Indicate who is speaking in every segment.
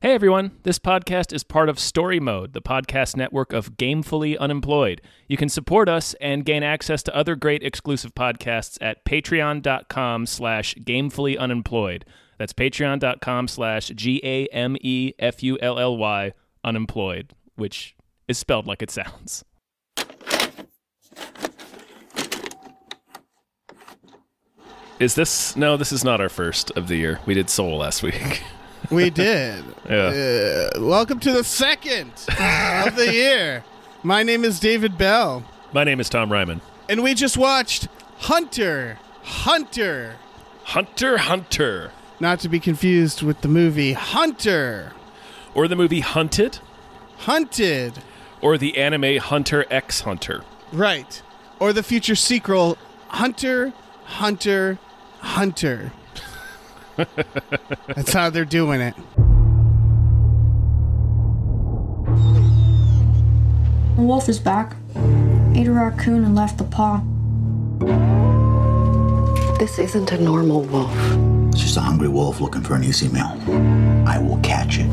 Speaker 1: Hey everyone, this podcast is part of Story Mode, the podcast network of Gamefully Unemployed. You can support us and gain access to other great exclusive podcasts at patreon.com slash gamefully unemployed. That's patreon.com slash G A M E F U L L Y unemployed, which is spelled like it sounds. Is this no, this is not our first of the year. We did Soul last week.
Speaker 2: We did.
Speaker 1: Yeah.
Speaker 2: Uh, welcome to the second of the year. My name is David Bell,
Speaker 1: My name is Tom Ryman.
Speaker 2: and we just watched Hunter. Hunter.
Speaker 1: Hunter Hunter
Speaker 2: Not to be confused with the movie Hunter.
Speaker 1: or the movie Hunted
Speaker 2: Hunted.
Speaker 1: or the anime Hunter X Hunter.
Speaker 2: Right. Or the future sequel Hunter, Hunter, Hunter. That's how they're doing it.
Speaker 3: The wolf is back. Ate a raccoon and left the paw.
Speaker 4: This isn't a normal wolf.
Speaker 5: It's just a hungry wolf looking for an easy meal. I will catch it.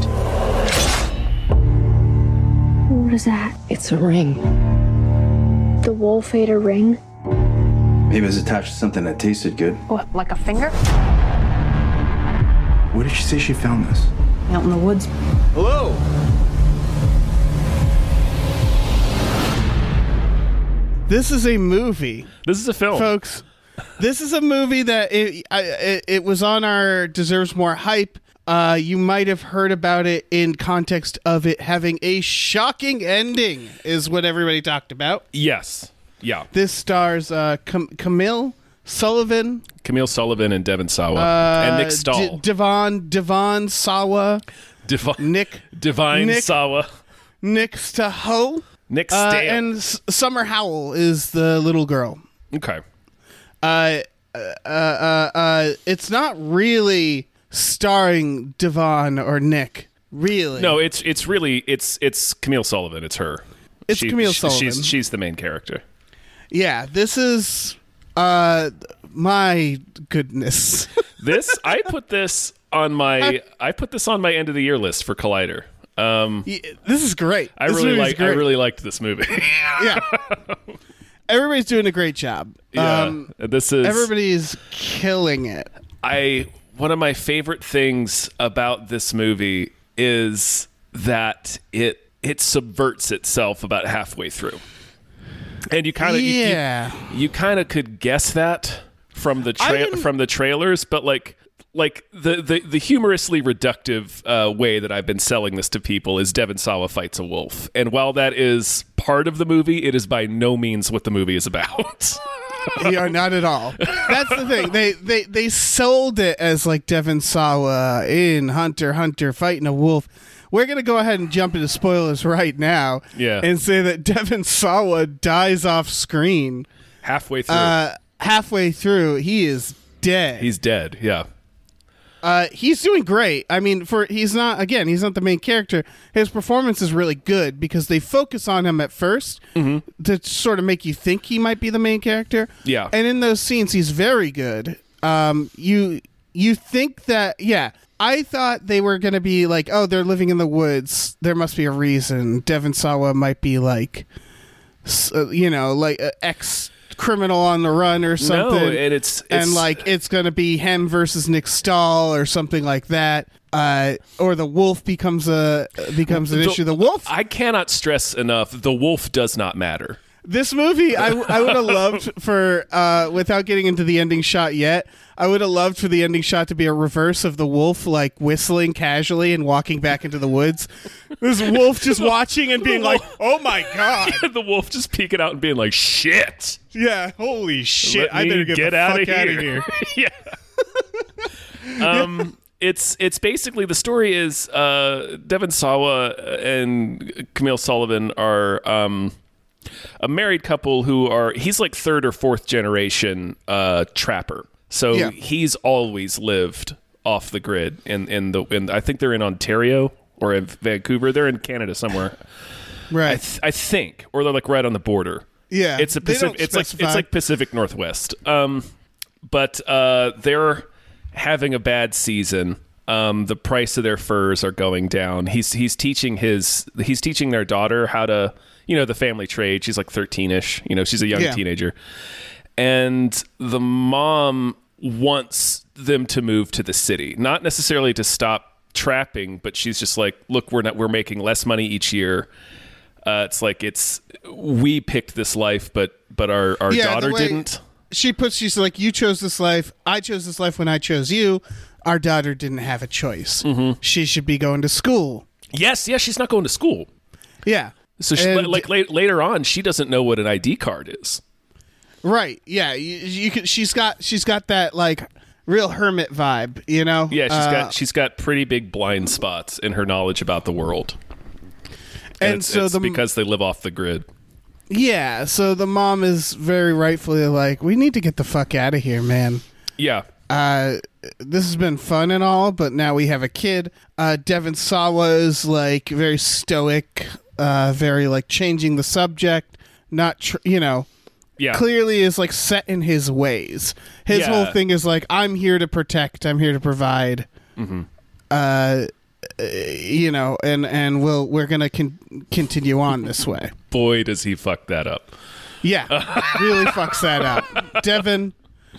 Speaker 3: What is that?
Speaker 4: It's a ring.
Speaker 3: The wolf ate a ring?
Speaker 6: Maybe it's attached to something that tasted good.
Speaker 7: What, like a finger?
Speaker 6: Where did she say she found this?
Speaker 7: Out in the woods.
Speaker 6: Hello?
Speaker 2: This is a movie.
Speaker 1: This is a film.
Speaker 2: folks. This is a movie that it, I, it it was on our deserves more hype. Uh, you might have heard about it in context of it having a shocking ending, is what everybody talked about.
Speaker 1: yes. Yeah.
Speaker 2: This stars uh, Cam- Camille Sullivan,
Speaker 1: Camille Sullivan and Devin Sawa and Nick Stahl.
Speaker 2: Uh, D- Devon Devon Sawa,
Speaker 1: Divi-
Speaker 2: Nick
Speaker 1: Divine
Speaker 2: Nick-
Speaker 1: Sawa.
Speaker 2: Nick Staho,
Speaker 1: Nick
Speaker 2: uh,
Speaker 1: Stahl.
Speaker 2: and S- Summer Howell is the little girl.
Speaker 1: okay.
Speaker 2: uh, uh, uh, uh, it's not really starring Devon or Nick, really.
Speaker 1: No, it's it's really it's it's Camille Sullivan. It's her.
Speaker 2: It's Camille
Speaker 1: sh- She's
Speaker 2: Sullivan.
Speaker 1: she's the main character.
Speaker 2: Yeah, this is, uh, my goodness.
Speaker 1: This I put this on my I put this on my end of the year list for Collider. Um,
Speaker 2: Y- this is great.
Speaker 1: I
Speaker 2: This
Speaker 1: really
Speaker 2: movie's
Speaker 1: like I
Speaker 2: great.
Speaker 1: really liked this movie.
Speaker 2: yeah. Everybody's doing a great job.
Speaker 1: yeah.
Speaker 2: Um,
Speaker 1: this is
Speaker 2: everybody's killing it.
Speaker 1: I one of my favorite things about this movie is that it it subverts itself about halfway through. And you kind of
Speaker 2: Yeah.
Speaker 1: you, kind of could guess that from the
Speaker 2: I
Speaker 1: tra-
Speaker 2: didn't-
Speaker 1: from the trailers, but like like the the, the humorously reductive uh, way that I've been selling this to people is Devon Sawa fights a wolf, and while that is part of the movie, it is by no means what the movie is about.
Speaker 2: yeah, not at all. That's the thing. They they they sold it as like Devon Sawa in Hunter x Hunter fighting a wolf. We're gonna go ahead and jump into spoilers right now.
Speaker 1: Yeah.
Speaker 2: And say that Devon Sawa dies off screen
Speaker 1: halfway through,
Speaker 2: uh, halfway through. He is dead.
Speaker 1: he's dead. Yeah.
Speaker 2: Uh, he's doing great. I mean, for he's not again. He's not the main character. His performance is really good because they focus on him at 1st to sort of make you think he might be the main character.
Speaker 1: Mm-hmm. Yeah.
Speaker 2: and in those scenes, he's very good. Um, you you think that yeah. I thought they were going to be like, oh, they're living in the woods. There must be a reason. Devon Sawa might be like, s- uh, you know, like uh, ex criminal on the run or something
Speaker 1: No, and it's, it's
Speaker 2: and like it's gonna be him versus Nick Stahl or something like that, uh, or the wolf becomes a becomes an issue. The wolf.
Speaker 1: I cannot stress enough. The wolf does not matter.
Speaker 2: this movie, I, I would have loved for uh, without getting into the ending shot yet. I would have loved for the ending shot to be a reverse of the wolf, like whistling casually and walking back into the woods. This wolf just watching and being like, "Oh my god,
Speaker 1: the wolf just peeking out and being like, "Shit,
Speaker 2: yeah, holy shit,
Speaker 1: Let
Speaker 2: I
Speaker 1: me
Speaker 2: better get, the
Speaker 1: outta
Speaker 2: fuck out of here."
Speaker 1: yeah. um, it's it's basically the story is uh, Devon Sawa and Camille Sullivan are um, a married couple who are he's like third or fourth generation uh, trapper, so
Speaker 2: Yeah.
Speaker 1: he's always lived off the grid, and in, in the in, I think they're in Ontario or in Vancouver, they're in Canada somewhere. I,
Speaker 2: Right.
Speaker 1: th- I think, or they're like right on the border.
Speaker 2: Yeah,
Speaker 1: it's a
Speaker 2: they
Speaker 1: Pacific.
Speaker 2: don't
Speaker 1: It's like it's
Speaker 2: specify.
Speaker 1: like Pacific Northwest. Um, but uh, they're having a bad season, um, the price of their furs are going down. He's he's teaching his he's teaching their daughter how to you know the family trade. She's like thirteen ish. You know she's a young
Speaker 2: Yeah.
Speaker 1: teenager, and the mom wants them to move to the city, not necessarily to stop trapping, but she's just like, look, we're not we're making less money each year. Uh, it's like it's we picked this life, but but our our
Speaker 2: Yeah, the
Speaker 1: daughter
Speaker 2: way-
Speaker 1: didn't.
Speaker 2: She puts she's like, you chose this life. I chose this life when I chose you. Our daughter didn't have a choice.
Speaker 1: Mm-hmm.
Speaker 2: She should be going to school.
Speaker 1: Yes, yes, she's not going to school.
Speaker 2: Yeah.
Speaker 1: So she,
Speaker 2: And-
Speaker 1: like late, later on, she doesn't know what an ID card is.
Speaker 2: Right. Yeah. You, you can, she's got she's got that like real hermit vibe, you know.
Speaker 1: Yeah, she's
Speaker 2: Uh,
Speaker 1: got she's got pretty big blind spots in her knowledge about the world. And,
Speaker 2: Uh, and
Speaker 1: it's,
Speaker 2: so
Speaker 1: it's
Speaker 2: the
Speaker 1: because they live off the grid.
Speaker 2: yeah, so the mom is very rightfully like, we need to get the fuck out of here, man.
Speaker 1: Yeah.
Speaker 2: Uh, this has been fun and all, but now we have a kid. Uh, Devin Sawa is like very stoic, uh, very like changing the subject, not tr- you know.
Speaker 1: yeah.
Speaker 2: clearly is like set in his ways. His
Speaker 1: Yeah.
Speaker 2: whole thing is like, I'm here to protect. I'm here to provide.
Speaker 1: Mm-hmm.
Speaker 2: Uh, uh, you know, and and we'll we're gonna con- continue on this way.
Speaker 1: Boy, does he fuck that up.
Speaker 2: Yeah, really fucks that up, Devin.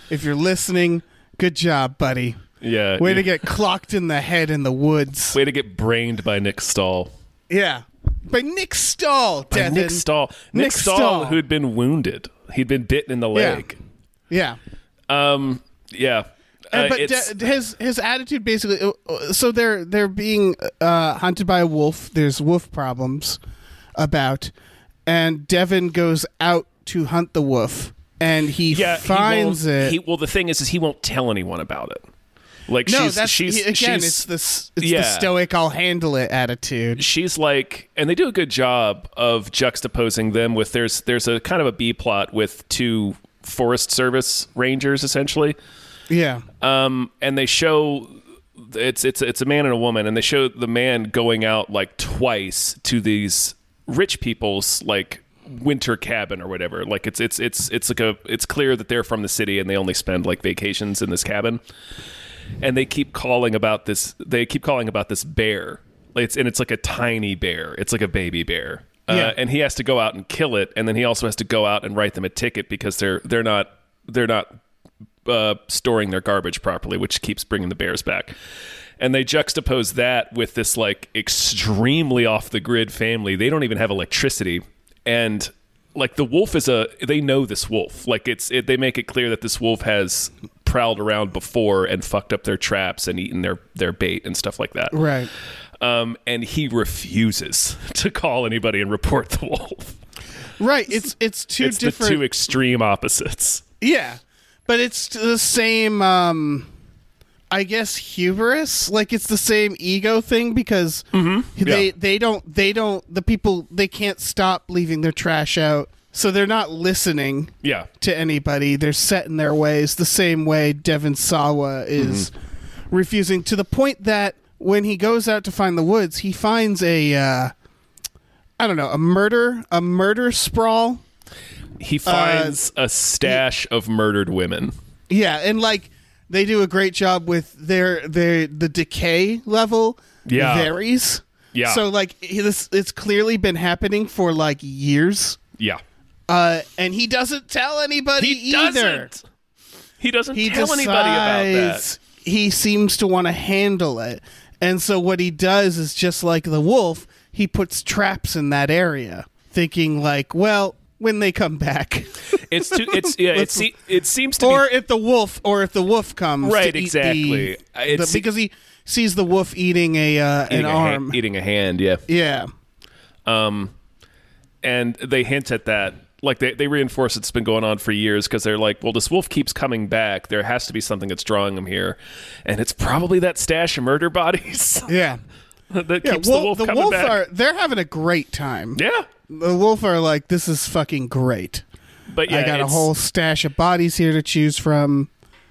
Speaker 2: If you're listening, good job, buddy.
Speaker 1: Yeah.
Speaker 2: Way to get clocked in the head in the woods.
Speaker 1: way to get brained by Nick Stahl.
Speaker 2: Yeah, by Nick Stahl.
Speaker 1: By
Speaker 2: Devin.
Speaker 1: Nick Stahl. Nick,
Speaker 2: Nick
Speaker 1: Stahl,
Speaker 2: Stahl.
Speaker 1: who'd been wounded. He'd been bitten in the leg.
Speaker 2: Yeah.
Speaker 1: Um. Yeah.
Speaker 2: And,
Speaker 1: Uh,
Speaker 2: but
Speaker 1: it's-
Speaker 2: de- his his attitude basically uh, so they're they're being uh, hunted by a wolf. There's wolf problems about, and Devin goes out to hunt the wolf, and he
Speaker 1: yeah, he
Speaker 2: finds
Speaker 1: won't-
Speaker 2: it.
Speaker 1: He, well, the thing is, is he won't tell anyone about it. Like
Speaker 2: no,
Speaker 1: she's
Speaker 2: that's
Speaker 1: she's
Speaker 2: he- again.
Speaker 1: she's,
Speaker 2: it's this it's
Speaker 1: yeah.
Speaker 2: the stoic "I'll handle it" attitude.
Speaker 1: she's like and they do a good job of juxtaposing them with there's there's a kind of a b plot with two forest service rangers essentially
Speaker 2: Yeah,
Speaker 1: um and they show it's it's it's a man and a woman and they show the man going out like twice to these rich people's like winter cabin or whatever like it's it's it's it's like a it's clear that they're from the city and they only spend like vacations in this cabin and they keep calling about this they keep calling about this bear Like, it's and it's like a tiny bear it's like a baby bear uh,
Speaker 2: Yeah.
Speaker 1: and he has to go out and kill it and then he also has to go out and write them a ticket because they're they're not they're not uh, storing their garbage properly which keeps bringing the bears back and they juxtapose that with this like extremely off the grid family they don't even have electricity and like the wolf is a they know this wolf like it's it, they make it clear that this wolf has prowled around before and fucked up their traps and eaten their their bait and stuff like that
Speaker 2: right.
Speaker 1: um and he refuses to call anybody and report the wolf
Speaker 2: Right, it's it's two
Speaker 1: it's
Speaker 2: different.
Speaker 1: the two extreme opposites
Speaker 2: Yeah, but it's the same. Um, I guess hubris, like it's the same ego thing because they
Speaker 1: Yeah.
Speaker 2: they don't they don't the people they can't stop leaving their trash out, so they're not listening
Speaker 1: yeah
Speaker 2: to anybody. They're set in their ways the same way Devin Sawa is refusing to the point that when he goes out to find the woods, he finds a. Uh, I don't know, a murder, a murder sprawl Uh,
Speaker 1: he finds a stash of murdered women
Speaker 2: Yeah, and like they do a great job with their their the decay level
Speaker 1: Yeah.
Speaker 2: varies.
Speaker 1: Yeah.
Speaker 2: So like he- this it's clearly been happening for like years.
Speaker 1: yeah
Speaker 2: Uh and he doesn't tell anybody
Speaker 1: he
Speaker 2: either.
Speaker 1: doesn't he doesn't
Speaker 2: He
Speaker 1: tell
Speaker 2: decides
Speaker 1: anybody about that
Speaker 2: he seems to want to handle it. And so what he does is just like the wolf, he puts traps in that area, thinking like, well, when they come back.
Speaker 1: It's too. It's yeah. It,
Speaker 2: Let's-
Speaker 1: se- it seems to
Speaker 2: or
Speaker 1: be.
Speaker 2: if the wolf or if the wolf comes
Speaker 1: Right,
Speaker 2: to eat
Speaker 1: exactly.
Speaker 2: the-
Speaker 1: I- it's-
Speaker 2: the- because he sees the wolf eating a uh,
Speaker 1: Eating
Speaker 2: an
Speaker 1: a hand-
Speaker 2: arm
Speaker 1: eating a hand, yeah.
Speaker 2: yeah
Speaker 1: And they hint at that. Like, they, they reinforce it's been going on for years because they're like, well, this wolf keeps coming back. There has to be something that's drawing him here. And it's probably that stash of murder bodies
Speaker 2: yeah
Speaker 1: that
Speaker 2: yeah
Speaker 1: keeps
Speaker 2: wolf-
Speaker 1: the wolf coming back.
Speaker 2: are they're having a great time
Speaker 1: yeah.
Speaker 2: the wolf are like this is fucking great
Speaker 1: But yeah,
Speaker 2: i got a
Speaker 1: it's-
Speaker 2: whole stash of bodies here to choose from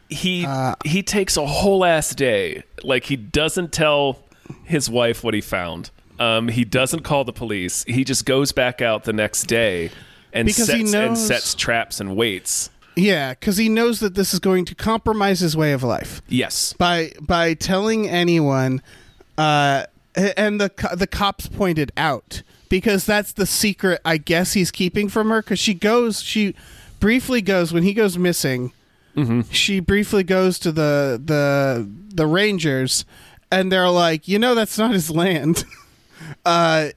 Speaker 1: he
Speaker 2: Uh,
Speaker 1: he takes a whole ass day. Like he doesn't tell his wife what he found. Um, he doesn't call the police. He just goes back out the next day and
Speaker 2: Because he
Speaker 1: sets and
Speaker 2: knows-
Speaker 1: sets traps and waits.
Speaker 2: Yeah, because he knows that this is going to compromise his way of life
Speaker 1: Yes.
Speaker 2: by by telling anyone. Uh, a- and the co- the cops pointed out because that's the secret I guess he's keeping from her because she goes she briefly goes when he goes missing. She briefly goes to the the the rangers, and they're like, you know, that's not his land. uh,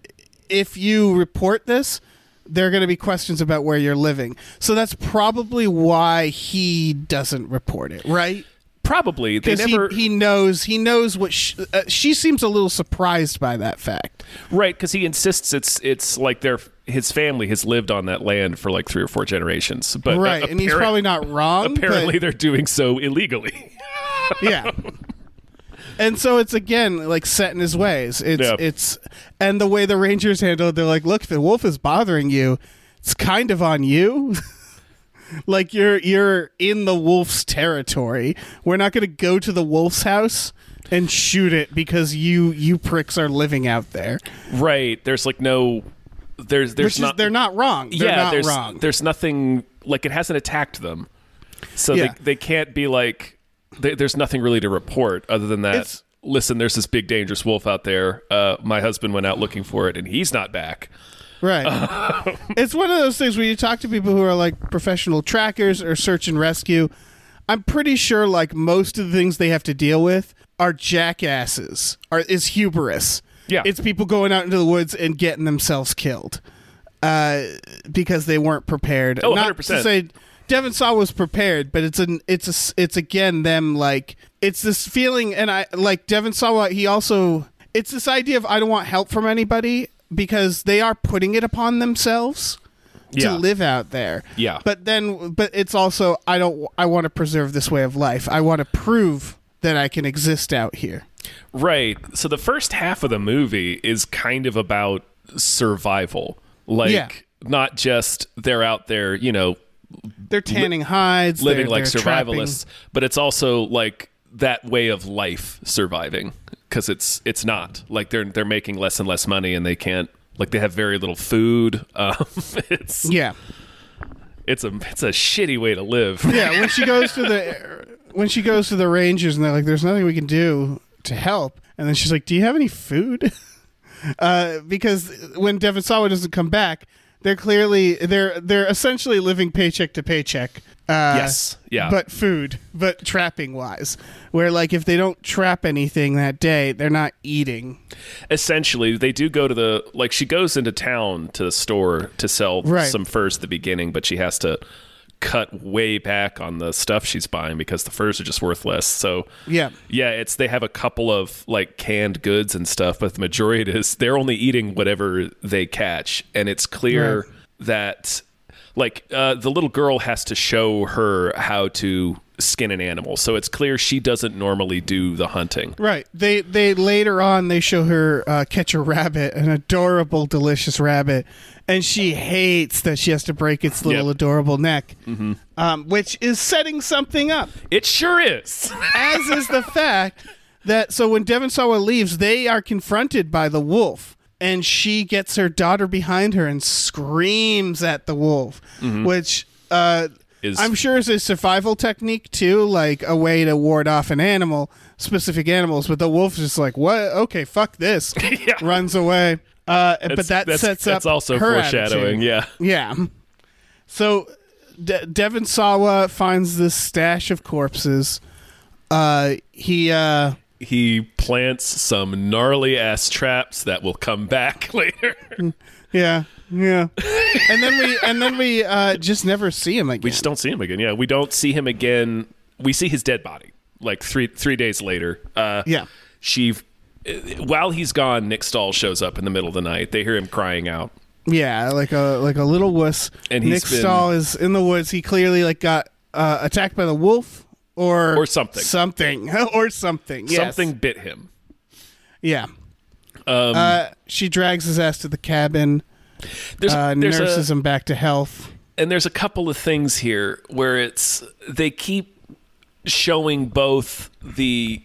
Speaker 2: if you report this, there are going to be questions about where you're living. So that's probably why he doesn't report it, right?
Speaker 1: Probably. They
Speaker 2: Because
Speaker 1: never.
Speaker 2: he, he knows he knows what sh uh, she seems a little surprised by that fact.
Speaker 1: Right, because he insists it's it's like their his family has lived on that land for like three or four generations. But uh,
Speaker 2: right, and he's
Speaker 1: apparent-
Speaker 2: probably not wrong. but-
Speaker 1: apparently they're doing so illegally.
Speaker 2: yeah. And so it's again like set in his ways. It's
Speaker 1: Yeah.
Speaker 2: it's and the way the Rangers handle it, they're like, look, if the wolf is bothering you. It's kind of on you. like you're you're in the wolf's territory. We're not going to go to the wolf's house and shoot it because you you pricks are living out there.
Speaker 1: right, there's like no there's there's
Speaker 2: Which is
Speaker 1: not
Speaker 2: they're not wrong. They're
Speaker 1: yeah
Speaker 2: not
Speaker 1: there's
Speaker 2: wrong.
Speaker 1: there's nothing like it hasn't attacked them, so
Speaker 2: Yeah.
Speaker 1: they they can't be like they, there's nothing really to report other than that.
Speaker 2: It's-
Speaker 1: Listen, there's this big dangerous wolf out there. Uh, my husband went out looking for it, and he's not back.
Speaker 2: Right.
Speaker 1: Um,
Speaker 2: it's one of those things where you talk to people who are like professional trackers or search and rescue. I'm pretty sure like most of the things they have to deal with are jackasses. Are is hubris.
Speaker 1: Yeah.
Speaker 2: It's people going out into the woods and getting themselves killed. Uh, because they weren't prepared.
Speaker 1: Oh,
Speaker 2: Not
Speaker 1: 100%.
Speaker 2: to say Devin Saw was prepared, but it's an it's a s- it's again them like it's this feeling, and I like Devin Sawa. He also it's this idea of I don't want help from anybody because they are putting it upon themselves
Speaker 1: Yeah.
Speaker 2: to live out there.
Speaker 1: Yeah.
Speaker 2: but then but it's also I don't I want to preserve this way of life. I want to prove that I can exist out here.
Speaker 1: Right. So the first half of the movie is kind of about survival. Like
Speaker 2: Yeah.
Speaker 1: not just they're out there, you know,
Speaker 2: They're tanning hides,
Speaker 1: living
Speaker 2: they're-
Speaker 1: like
Speaker 2: they're
Speaker 1: survivalists, but it's also like that way of life surviving cuz it's it's not. Like they're they're making less and less money and they can't like they have very little food. Um, it's
Speaker 2: trapping. Yeah,
Speaker 1: it's a it's a shitty way to live.
Speaker 2: Yeah, when she goes to the when she goes to the Rangers and they're like, "There's nothing we can do to help," and then she's like, "Do you have any food?" Uh, because when Devin Sawa doesn't come back, they're clearly they're they're essentially living paycheck to paycheck. Uh,
Speaker 1: Yes, yeah.
Speaker 2: But food, but trapping wise, where like if they don't trap anything that day, they're not eating.
Speaker 1: essentially they do go to the like she goes into town to the store to sell
Speaker 2: Right.
Speaker 1: some furs at the beginning but she has to cut way back on the stuff she's buying because the furs are just worth less so
Speaker 2: Yeah.
Speaker 1: yeah it's they have a couple of like canned goods and stuff but the majority is they're only eating whatever they catch and it's clear that like uh, the little girl has to show her how to skin an animal so it's clear she doesn't normally do the hunting
Speaker 2: Right. They they later on they show her uh, catch a rabbit, an adorable, delicious rabbit, and she hates that she has to break its little
Speaker 1: Yep.
Speaker 2: adorable neck, um, which is setting something up.
Speaker 1: it sure is
Speaker 2: As is the fact that so when Devon Sawa leaves, they are confronted by the wolf, and she gets her daughter behind her and screams at the wolf, which. Uh,
Speaker 1: Is-
Speaker 2: I'm sure is a survival technique too, like a way to ward off an animal, specific animals. But the wolf's just like, "What? Okay, fuck this," runs away. Uh, but that
Speaker 1: that's,
Speaker 2: sets up.
Speaker 1: that's also
Speaker 2: her
Speaker 1: foreshadowing.
Speaker 2: attitude.
Speaker 1: Yeah,
Speaker 2: Yeah. So De- Devon Sawa finds this stash of corpses. Uh, he uh,
Speaker 1: he plants some gnarly ass traps that will come back later.
Speaker 2: yeah, yeah. and then we and then we uh, just never see him again.
Speaker 1: we just don't see him again. Yeah, we don't see him again. We see his dead body like three three days later. Uh,
Speaker 2: Yeah.
Speaker 1: she. While he's gone, Nick Stahl shows up in the middle of the night. They hear him crying out.
Speaker 2: yeah, like a like a little wuss.
Speaker 1: And he's
Speaker 2: Nick
Speaker 1: been-
Speaker 2: Stahl is in the woods. He clearly like got uh, attacked by the wolf or
Speaker 1: Or something.
Speaker 2: something or something. Yes.
Speaker 1: Something Um, bit him.
Speaker 2: Yeah. uh, she drags his ass to the cabin.
Speaker 1: There's,
Speaker 2: Uh,
Speaker 1: there's a-
Speaker 2: nurses him back to health.
Speaker 1: and there's a couple of things here where it's they keep showing both the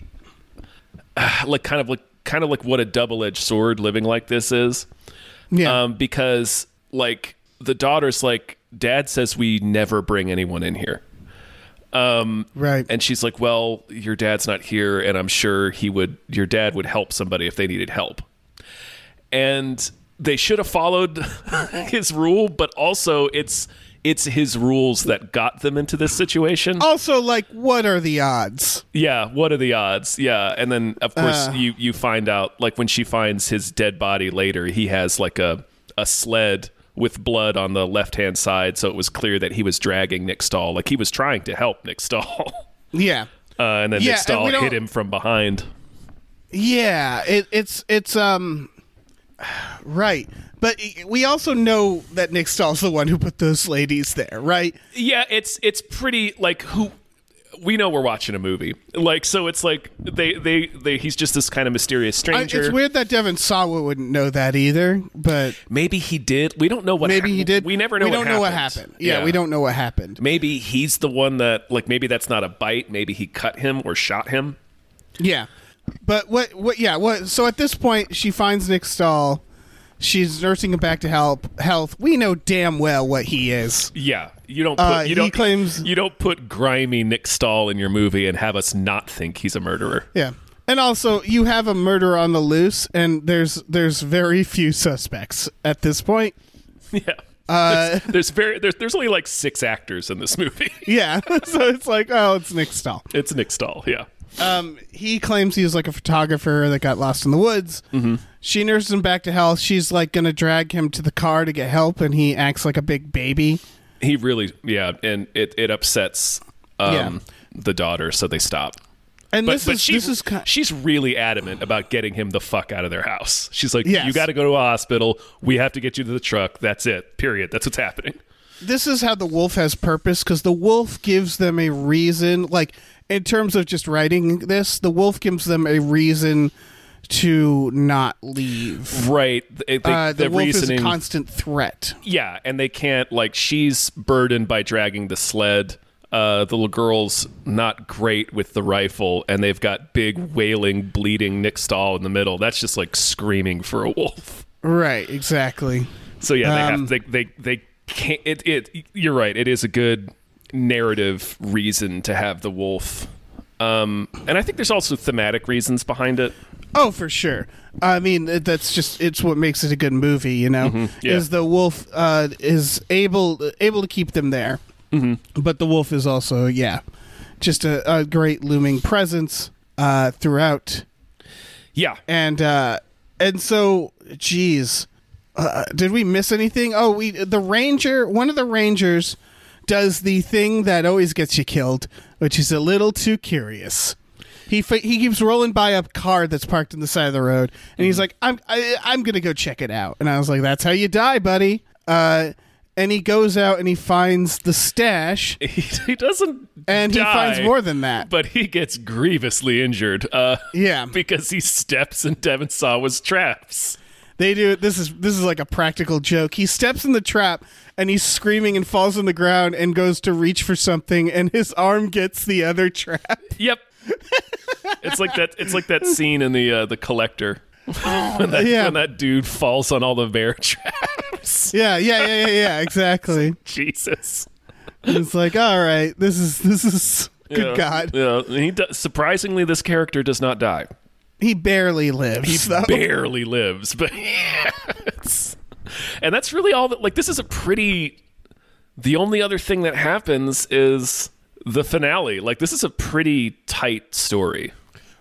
Speaker 1: uh, like kind of like kind of like what a double-edged sword living like this is
Speaker 2: Yeah.
Speaker 1: um because like the daughter's like, Dad says we never bring anyone in here.
Speaker 2: Right.
Speaker 1: And she's like, Well, your dad's not here, and I'm sure he would, your dad would help somebody if they needed help. And they should have followed his rule, but also it's it's his rules that got them into this situation.
Speaker 2: also, like, what are the odds?
Speaker 1: Yeah, what are the odds? Yeah, and then of
Speaker 2: Uh.
Speaker 1: course you you find out like when she finds his dead body later, he has like a a sled with blood on the left hand side, so it was clear that he was dragging Nick Stahl. Like he was trying to help Nick Stahl,
Speaker 2: Yeah.
Speaker 1: uh, and then
Speaker 2: Yeah,
Speaker 1: Nick
Speaker 2: and
Speaker 1: Stahl
Speaker 2: we don't-
Speaker 1: hit him from behind.
Speaker 2: Yeah, it, it's it's um right. But i- we also know that Nick Stahl's the one who put those ladies there, right?
Speaker 1: Yeah, it's it's pretty like who we know we're watching a movie. Like so, it's like they they, they he's just this kind of mysterious
Speaker 2: I-
Speaker 1: stranger.
Speaker 2: it's weird that Devin Sawa wouldn't know that either, but
Speaker 1: Maybe he did. We don't know what.
Speaker 2: maybe
Speaker 1: hap-
Speaker 2: he did.
Speaker 1: We never know.
Speaker 2: We don't
Speaker 1: what
Speaker 2: know what
Speaker 1: happened.
Speaker 2: happened. Yeah, we don't know what happened.
Speaker 1: Maybe he's the one that like maybe that's not a bite. Maybe he cut him or shot him.
Speaker 2: Yeah, but what? What? Yeah. What? So at this point, she finds Nick Stahl. She's nursing him back to help health. We know damn well what he is.
Speaker 1: Yeah, you don't. Put,
Speaker 2: Uh,
Speaker 1: you
Speaker 2: he
Speaker 1: don't
Speaker 2: claims-
Speaker 1: you don't put grimy Nick Stahl in your movie and have us not think he's a murderer.
Speaker 2: Yeah. And also, you have a murder on the loose, and there's there's very few suspects at this point.
Speaker 1: Yeah.
Speaker 2: Uh,
Speaker 1: there's, there's very there's there's only like six actors in this movie.
Speaker 2: Yeah, so it's like, oh, it's Nick Stahl.
Speaker 1: it's Nick Stahl. Yeah.
Speaker 2: Um, he claims he was like a photographer that got lost in the woods. Mm-hmm. She nurses him back to health. She's like gonna drag him to the car to get help, and he acts like a big baby.
Speaker 1: He really yeah, and it it upsets um
Speaker 2: Yeah.
Speaker 1: the daughter, so they stop.
Speaker 2: And
Speaker 1: But,
Speaker 2: this
Speaker 1: but
Speaker 2: is
Speaker 1: she,
Speaker 2: this is ki-
Speaker 1: she's really adamant about getting him the fuck out of their house. She's like,
Speaker 2: Yes.
Speaker 1: you got to go to a hospital. We have to get you to the truck. That's it. Period. That's what's happening.
Speaker 2: this is how the wolf has purpose because the wolf gives them a reason like in terms of just writing this the wolf gives them a reason to not leave
Speaker 1: Right. They, they-
Speaker 2: uh, the,
Speaker 1: the
Speaker 2: wolf
Speaker 1: reasoning.
Speaker 2: is a constant threat
Speaker 1: yeah, and they can't like she's burdened by dragging the sled. Uh, the little girl's not great with the rifle, and they've got big wailing, bleeding Nick Stahl in the middle. That's just like screaming for a wolf.
Speaker 2: right exactly
Speaker 1: So yeah, they
Speaker 2: Um,
Speaker 1: have they they they can't. It it you're right. It is a good narrative reason to have the wolf, um, and I think there's also thematic reasons behind it.
Speaker 2: oh for sure i mean it- that's just it's what makes it a good movie you know
Speaker 1: yeah.
Speaker 2: is the wolf uh, is able able to keep them there but the wolf is also yeah just a, a great looming presence uh, throughout
Speaker 1: Yeah,
Speaker 2: and uh and so geez uh, did we miss anything oh we the ranger one of the rangers does the thing that always gets you killed which is a little too curious he fa- he keeps rolling by a car that's parked on the side of the road and
Speaker 1: Mm-hmm.
Speaker 2: he's like i'm I, i'm gonna go check it out and i was like that's how you die buddy uh and he goes out and he finds the stash
Speaker 1: he, he doesn't
Speaker 2: and he
Speaker 1: die,
Speaker 2: finds more than that
Speaker 1: but he gets grievously injured. Uh,
Speaker 2: yeah
Speaker 1: because he steps in Devon Sawa's traps.
Speaker 2: They do this is this is like a practical joke. He steps in the trap and he's screaming and falls on the ground and goes to reach for something and his arm gets the other trap.
Speaker 1: Yep. it's like that. It's like that scene in the uh, the collector when that
Speaker 2: Yeah.
Speaker 1: when that dude falls on all the bear traps.
Speaker 2: Yeah, yeah, yeah, yeah, yeah, exactly.
Speaker 1: Jesus.
Speaker 2: It's like, all right, this is this is
Speaker 1: Yeah.
Speaker 2: good god.
Speaker 1: Yeah. He do- surprisingly, this character does not die.
Speaker 2: He barely lives.
Speaker 1: He
Speaker 2: though.
Speaker 1: barely lives, but it's- and that's really all that. Like this is a pretty. The only other thing that happens is the finale. Like this is a pretty tight story.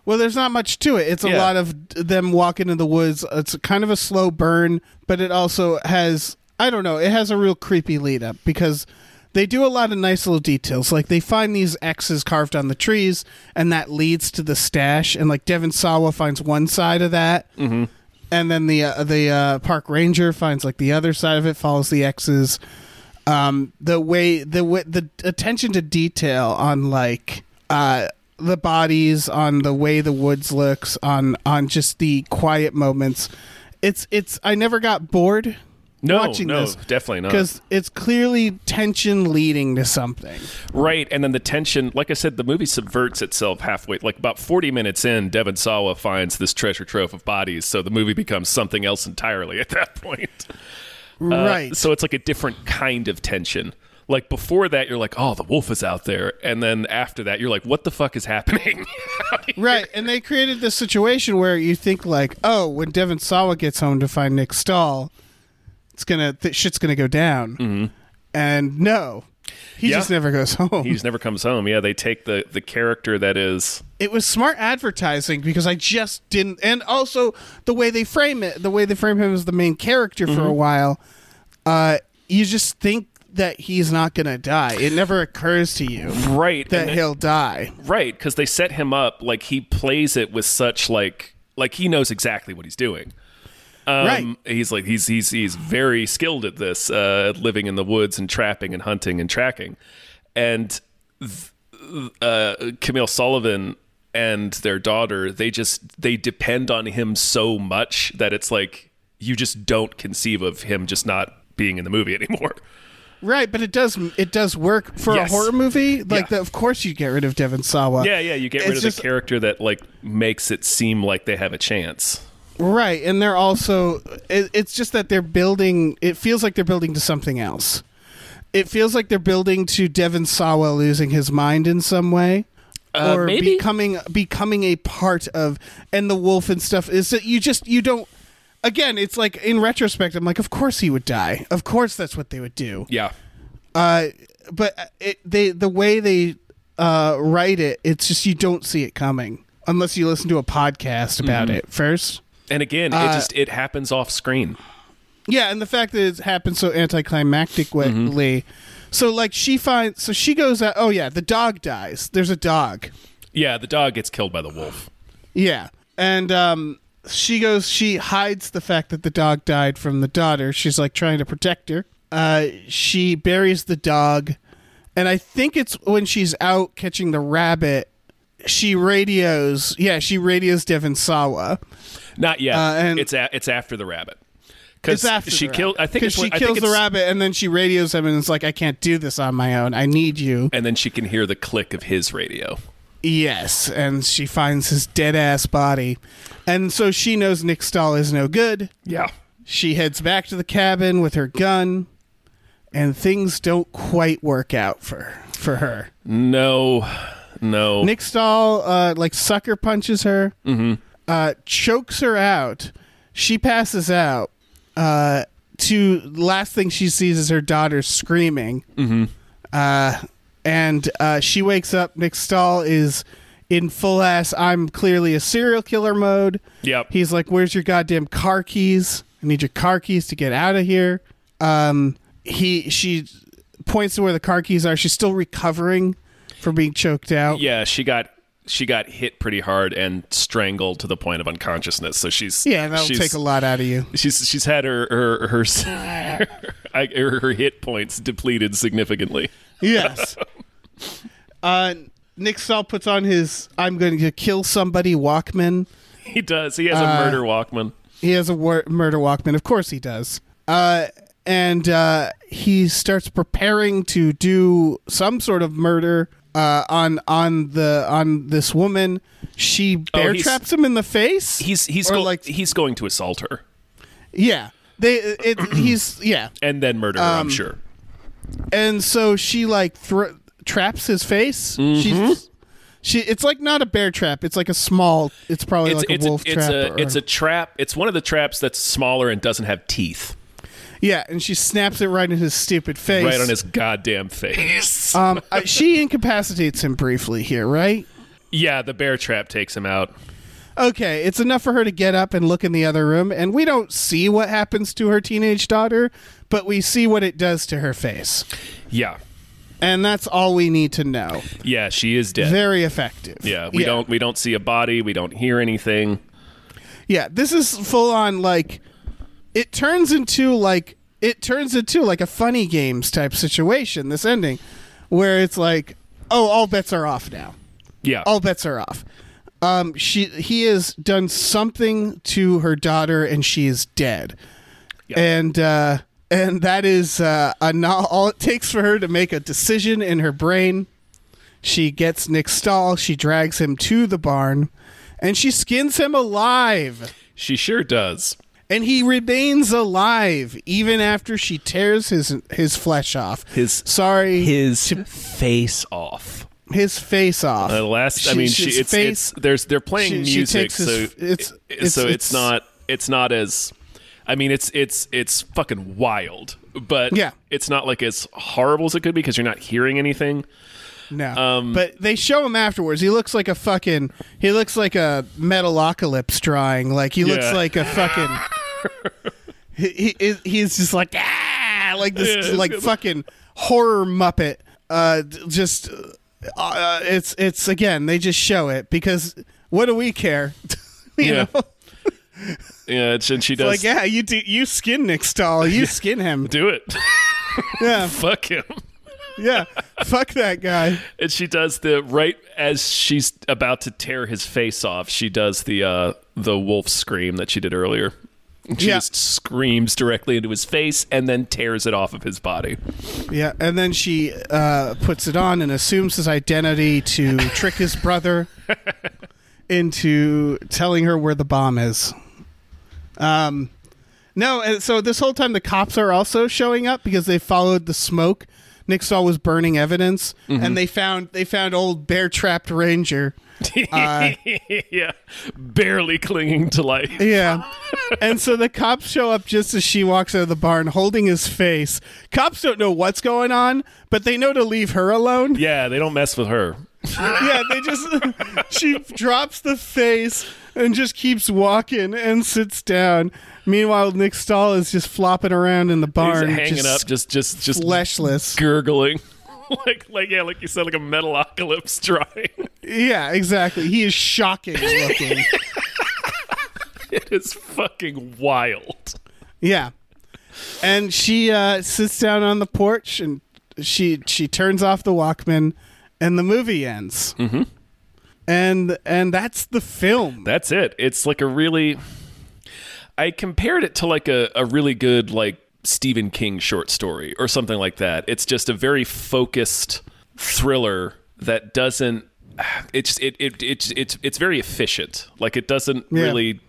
Speaker 2: Well, there's not much to it. It's a
Speaker 1: Yeah.
Speaker 2: lot of d- them walking in the woods. It's kind of a slow burn, but it also has I don't know, it has a real creepy lead up because they do a lot of nice little details. Like they find these X's carved on the trees and that leads to the stash and like Devin Sawa finds one side of that. Mm-hmm. And then the uh, the uh, park ranger finds like the other side of it, follows the X's. Um, the way the way, the attention to detail on like uh, the bodies, on the way the woods looks, on on just the quiet moments. It's it's I never got bored
Speaker 1: No,
Speaker 2: watching
Speaker 1: no,
Speaker 2: this
Speaker 1: definitely not.
Speaker 2: because it's clearly tension leading to something.
Speaker 1: Right, and then the tension, like I said, the movie subverts itself halfway. Like about 40 minutes in, Devon Sawa finds this treasure trove of bodies, so the movie becomes something else entirely at that point. Uh,
Speaker 2: Right.
Speaker 1: So it's like a different kind of tension. Like before that, you're like, oh, the wolf is out there. And then after that, you're like, what the fuck is happening?
Speaker 2: Right, and they created this situation where you think like, oh, when Devin Sawa gets home to find Nick Stahl, it's gonna th- shit's gonna go down, and no, he
Speaker 1: Yeah.
Speaker 2: just never goes home.
Speaker 1: he just never comes home. Yeah, they take the, the character that is.
Speaker 2: it was smart advertising because I just didn't, and also the way they frame it, the way they frame him as the main character for a while, uh, you just think that he's not gonna die. It never occurs to you
Speaker 1: Right.
Speaker 2: that he'll die.
Speaker 1: Right, because they set him up like he plays it with such like like he knows exactly what he's doing. Um,
Speaker 2: Right.
Speaker 1: He's like he's he's he's very skilled at this, uh, living in the woods and trapping and hunting and tracking, and th- uh, Camille Sullivan and their daughter they just they depend on him so much that it's like you just don't conceive of him just not being in the movie anymore.
Speaker 2: Right, but it does it does work for
Speaker 1: Yes.
Speaker 2: a horror movie. Like,
Speaker 1: Yeah.
Speaker 2: the, of course, you get rid of Devin Sawa.
Speaker 1: Yeah, yeah, you get rid
Speaker 2: It's
Speaker 1: of
Speaker 2: just-
Speaker 1: the character that like makes it seem like they have a chance.
Speaker 2: Right, and they're also. It, it's just that they're building. It feels like they're building to something else. It feels like they're building to Devin Sawa losing his mind in some way, or
Speaker 1: Uh, maybe.
Speaker 2: becoming becoming a part of and the wolf and stuff. Is that you just you don't. Again, it's like in retrospect, I'm like, of course he would die. Of course, that's what they would do.
Speaker 1: Yeah.
Speaker 2: Uh, but it, they the way they uh, write it, it's just you don't see it coming unless you listen to a podcast about it first.
Speaker 1: And again,
Speaker 2: Uh,
Speaker 1: it just it happens off screen.
Speaker 2: Yeah, and the fact that it happened so anticlimactically. So like she finds, so she goes out. Oh yeah, the dog dies. There's a dog.
Speaker 1: Yeah, the dog gets killed by the wolf.
Speaker 2: Yeah, and um, she goes. She hides the fact that the dog died from the daughter. She's like trying to protect her. Uh, she buries the dog, and I think it's when she's out catching the rabbit. She radios. Yeah, she radios Devin Sawa.
Speaker 1: Not yet.
Speaker 2: Uh, and-
Speaker 1: it's a, it's after the rabbit.
Speaker 2: It's
Speaker 1: Because
Speaker 2: after
Speaker 1: she
Speaker 2: the
Speaker 1: killed.
Speaker 2: rabbit.
Speaker 1: I think
Speaker 2: 'Cause
Speaker 1: it's
Speaker 2: she
Speaker 1: when- I think
Speaker 2: kills the
Speaker 1: it's-
Speaker 2: rabbit, and then she radios him, and it's like, I can't do this on my own. I need you.
Speaker 1: And then she can hear the click of his radio.
Speaker 2: Yes, and she finds his dead ass body. And so she knows Nick Stahl is no good.
Speaker 1: Yeah.
Speaker 2: She heads back to the cabin with her gun, and things don't quite work out for for her.
Speaker 1: No. No.
Speaker 2: Nick Stahl uh, like sucker punches her, uh, chokes her out. She passes out. Uh, to last thing she sees is her daughter screaming. Uh, and uh, she wakes up. Nick Stahl is in full ass. I'm clearly a serial killer mode.
Speaker 1: Yep.
Speaker 2: He's like, "Where's your goddamn car keys? I need your car keys to get out of here." Um, he she points to where the car keys are. She's still recovering from being choked out.
Speaker 1: yeah, she got she got hit pretty hard and strangled to the point of unconsciousness. So she's
Speaker 2: Yeah, that'll
Speaker 1: she's-
Speaker 2: take a lot out of you.
Speaker 1: She's she's had her her her s- I- her, her hit points depleted significantly.
Speaker 2: Yes. uh, Nick Stahl puts on his "I'm going to kill somebody" Walkman.
Speaker 1: He does. He has a
Speaker 2: Uh,
Speaker 1: murder Walkman.
Speaker 2: He has a war- murder Walkman. Of course, he does. Uh, and uh, he starts preparing to do some sort of murder uh, on on the on this woman. She bear
Speaker 1: Oh, he's-
Speaker 2: traps him in the face.
Speaker 1: He's he's
Speaker 2: Or
Speaker 1: go-
Speaker 2: like
Speaker 1: he's going to assault her
Speaker 2: yeah. They it, he's yeah.
Speaker 1: and then murder her.
Speaker 2: Um,
Speaker 1: I'm sure.
Speaker 2: and so she like thr traps his face.
Speaker 1: Mm-hmm.
Speaker 2: She's she. It's like not a bear trap. It's like a small. It's probably like a wolf
Speaker 1: it's
Speaker 2: trap.
Speaker 1: a
Speaker 2: or-
Speaker 1: it's a trap. It's one of the traps that's smaller and doesn't have teeth.
Speaker 2: yeah, and she snaps it right in his stupid face.
Speaker 1: Right on his goddamn face.
Speaker 2: Um, uh, she incapacitates him briefly here, right?
Speaker 1: yeah, the bear trap takes him out.
Speaker 2: Okay, it's enough for her to get up and look in the other room, and we don't see what happens to her teenage daughter, but we see what it does to her face,
Speaker 1: Yeah,
Speaker 2: and that's all we need to know.
Speaker 1: yeah, she is dead.
Speaker 2: Very effective.
Speaker 1: yeah, we don't we don't see a body. We don't hear anything.
Speaker 2: Yeah, this is full on like it turns into like it turns into like a funny games type situation, this ending, where it's like, Oh, all bets are off now.
Speaker 1: Yeah,
Speaker 2: All bets are off. Um she he has done something to her daughter and she is dead.
Speaker 1: Yeah.
Speaker 2: And uh and that is uh a no- all it takes for her to make a decision in her brain. She gets Nick Stahl, she drags him to the barn, and she skins him alive.
Speaker 1: she sure does.
Speaker 2: and he remains alive even after she tears his his flesh off.
Speaker 8: His-
Speaker 2: sorry,
Speaker 8: his face off.
Speaker 2: his face off.
Speaker 1: The Uh, last, I
Speaker 2: She-
Speaker 1: mean,
Speaker 2: she's
Speaker 1: she, it's,
Speaker 2: face-
Speaker 1: it's there's they're playing
Speaker 2: she- she
Speaker 1: music,
Speaker 2: takes his-
Speaker 1: so
Speaker 2: it's-
Speaker 1: i- i-
Speaker 2: it's-
Speaker 1: so it's,
Speaker 2: it's-
Speaker 1: not it's not as, I mean, it's it's it's fucking wild, but
Speaker 2: Yeah.
Speaker 1: it's not like as horrible as it could be because you're not hearing anything.
Speaker 2: no,
Speaker 1: um,
Speaker 2: but they show him afterwards. He looks like a fucking. He looks like a metalocalypse drawing. Like he looks
Speaker 1: Yeah.
Speaker 2: like a fucking. he, he he's just like ah, like this
Speaker 1: Yeah,
Speaker 2: like
Speaker 1: it's-
Speaker 2: fucking horror muppet. Uh, d- just uh, uh, it's it's again they just show it because what do we care? you
Speaker 1: Yeah.
Speaker 2: know,
Speaker 1: Yeah, it's, and she does
Speaker 2: like yeah, you do you skin Nick Stahl, you skin him,
Speaker 1: do it.
Speaker 2: yeah,
Speaker 1: Fuck him.
Speaker 2: yeah, fuck that guy.
Speaker 1: And she does the right as she's about to tear his face off. She does the uh the wolf scream that she did earlier. She
Speaker 2: Yeah.
Speaker 1: just screams directly into his face and then tears it off of his body.
Speaker 2: Yeah, and then she uh, puts it on and assumes his identity to trick his brother into telling her where the bomb is. Um, no, and so this whole time the cops are also showing up because they followed the smoke. Nick Stahl was burning evidence, and they found they found old bear trapped ranger. Uh,
Speaker 1: yeah, barely clinging to life.
Speaker 2: Yeah. and so the cops show up just as she walks out of the barn holding his face. Cops don't know what's going on, but they know to leave her alone.
Speaker 1: Yeah, they don't mess with her.
Speaker 2: yeah, they just she drops the face and just keeps walking and sits down. Meanwhile, Nick Stahl is just flopping around in the
Speaker 1: He's
Speaker 2: barn,
Speaker 1: hanging
Speaker 2: just
Speaker 1: up, just just just
Speaker 2: fleshless.
Speaker 1: gurgling, like like yeah, like you said, like a metalocalypse drawing.
Speaker 2: Yeah, exactly. He is shocking looking.
Speaker 1: it is fucking wild.
Speaker 2: yeah, and she uh, sits down on the porch and she she turns off the Walkman, and the movie ends. Mm-hmm. And and that's the film.
Speaker 1: That's it. It's like a really. I compared it to like a, a really good like Stephen King short story or something like that. It's just a very focused thriller that doesn't. It's it it it's it's it's very efficient. Like it doesn't
Speaker 2: Yeah.
Speaker 1: really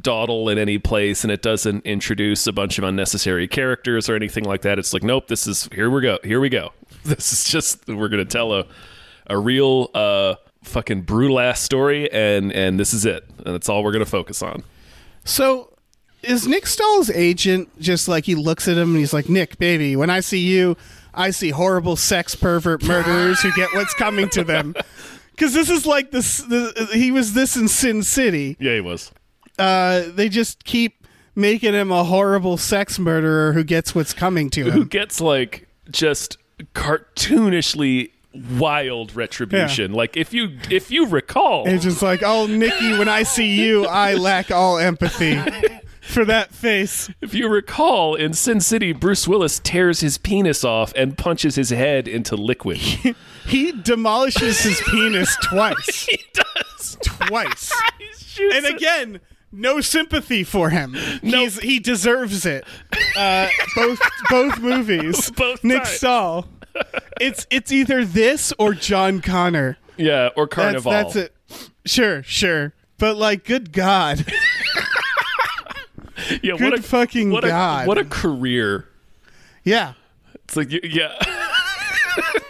Speaker 1: dawdle in any place and it doesn't introduce a bunch of unnecessary characters or anything like that. It's like nope, this is here we go. Here we go. This is just we're going to tell a a real uh fucking brutal ass story and and this is it and that's all we're gonna focus on
Speaker 2: So is Nick Stahl's agent just like he looks at him and he's like, Nick, baby, when I see you, I see horrible sex pervert murderers who get what's coming to them. Because this is like this, the, he was this in Sin City.
Speaker 1: yeah he was
Speaker 2: Uh, they just keep making him a horrible sex murderer who gets what's coming to
Speaker 1: who
Speaker 2: him.
Speaker 1: gets like just cartoonishly wild retribution like if you if you recall
Speaker 2: It's just like, oh, Nikki, when I see you, I lack all empathy for that face.
Speaker 1: if you recall in sin city bruce willis tears his penis off and punches his head into liquid he
Speaker 2: He demolishes his penis twice.
Speaker 1: does
Speaker 2: Twice.
Speaker 1: He shoots
Speaker 2: and
Speaker 1: it.
Speaker 2: again, no sympathy for him. He's, he deserves it. Uh, both both movies.
Speaker 1: Both
Speaker 2: Nick
Speaker 1: times.
Speaker 2: Stahl. It's it's either this or John Connor.
Speaker 1: yeah or
Speaker 2: That's,
Speaker 1: carnival
Speaker 2: that's it. Sure, sure. But like, good God,
Speaker 1: yeah what
Speaker 2: Good
Speaker 1: a
Speaker 2: fucking
Speaker 1: what a,
Speaker 2: God.
Speaker 1: what a career
Speaker 2: yeah.
Speaker 1: it's like y- yeah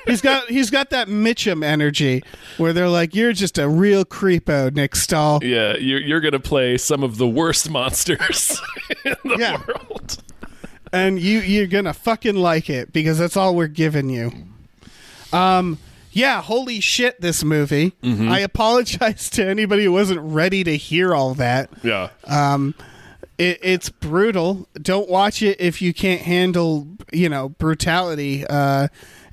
Speaker 2: He's got he's got that Mitchum energy where they're like, you're just a real creepo, Nick Stahl.
Speaker 1: Yeah, you're, you're going to play some of the worst monsters in the
Speaker 2: Yeah.
Speaker 1: world.
Speaker 2: and you you're gonna fucking like it because that's all we're giving you. Um, yeah, holy shit, this movie. I apologize to anybody who wasn't ready to hear all that.
Speaker 1: Yeah.
Speaker 2: Uh, It, it's brutal. Don't watch it if you can't handle you know brutality. Uh,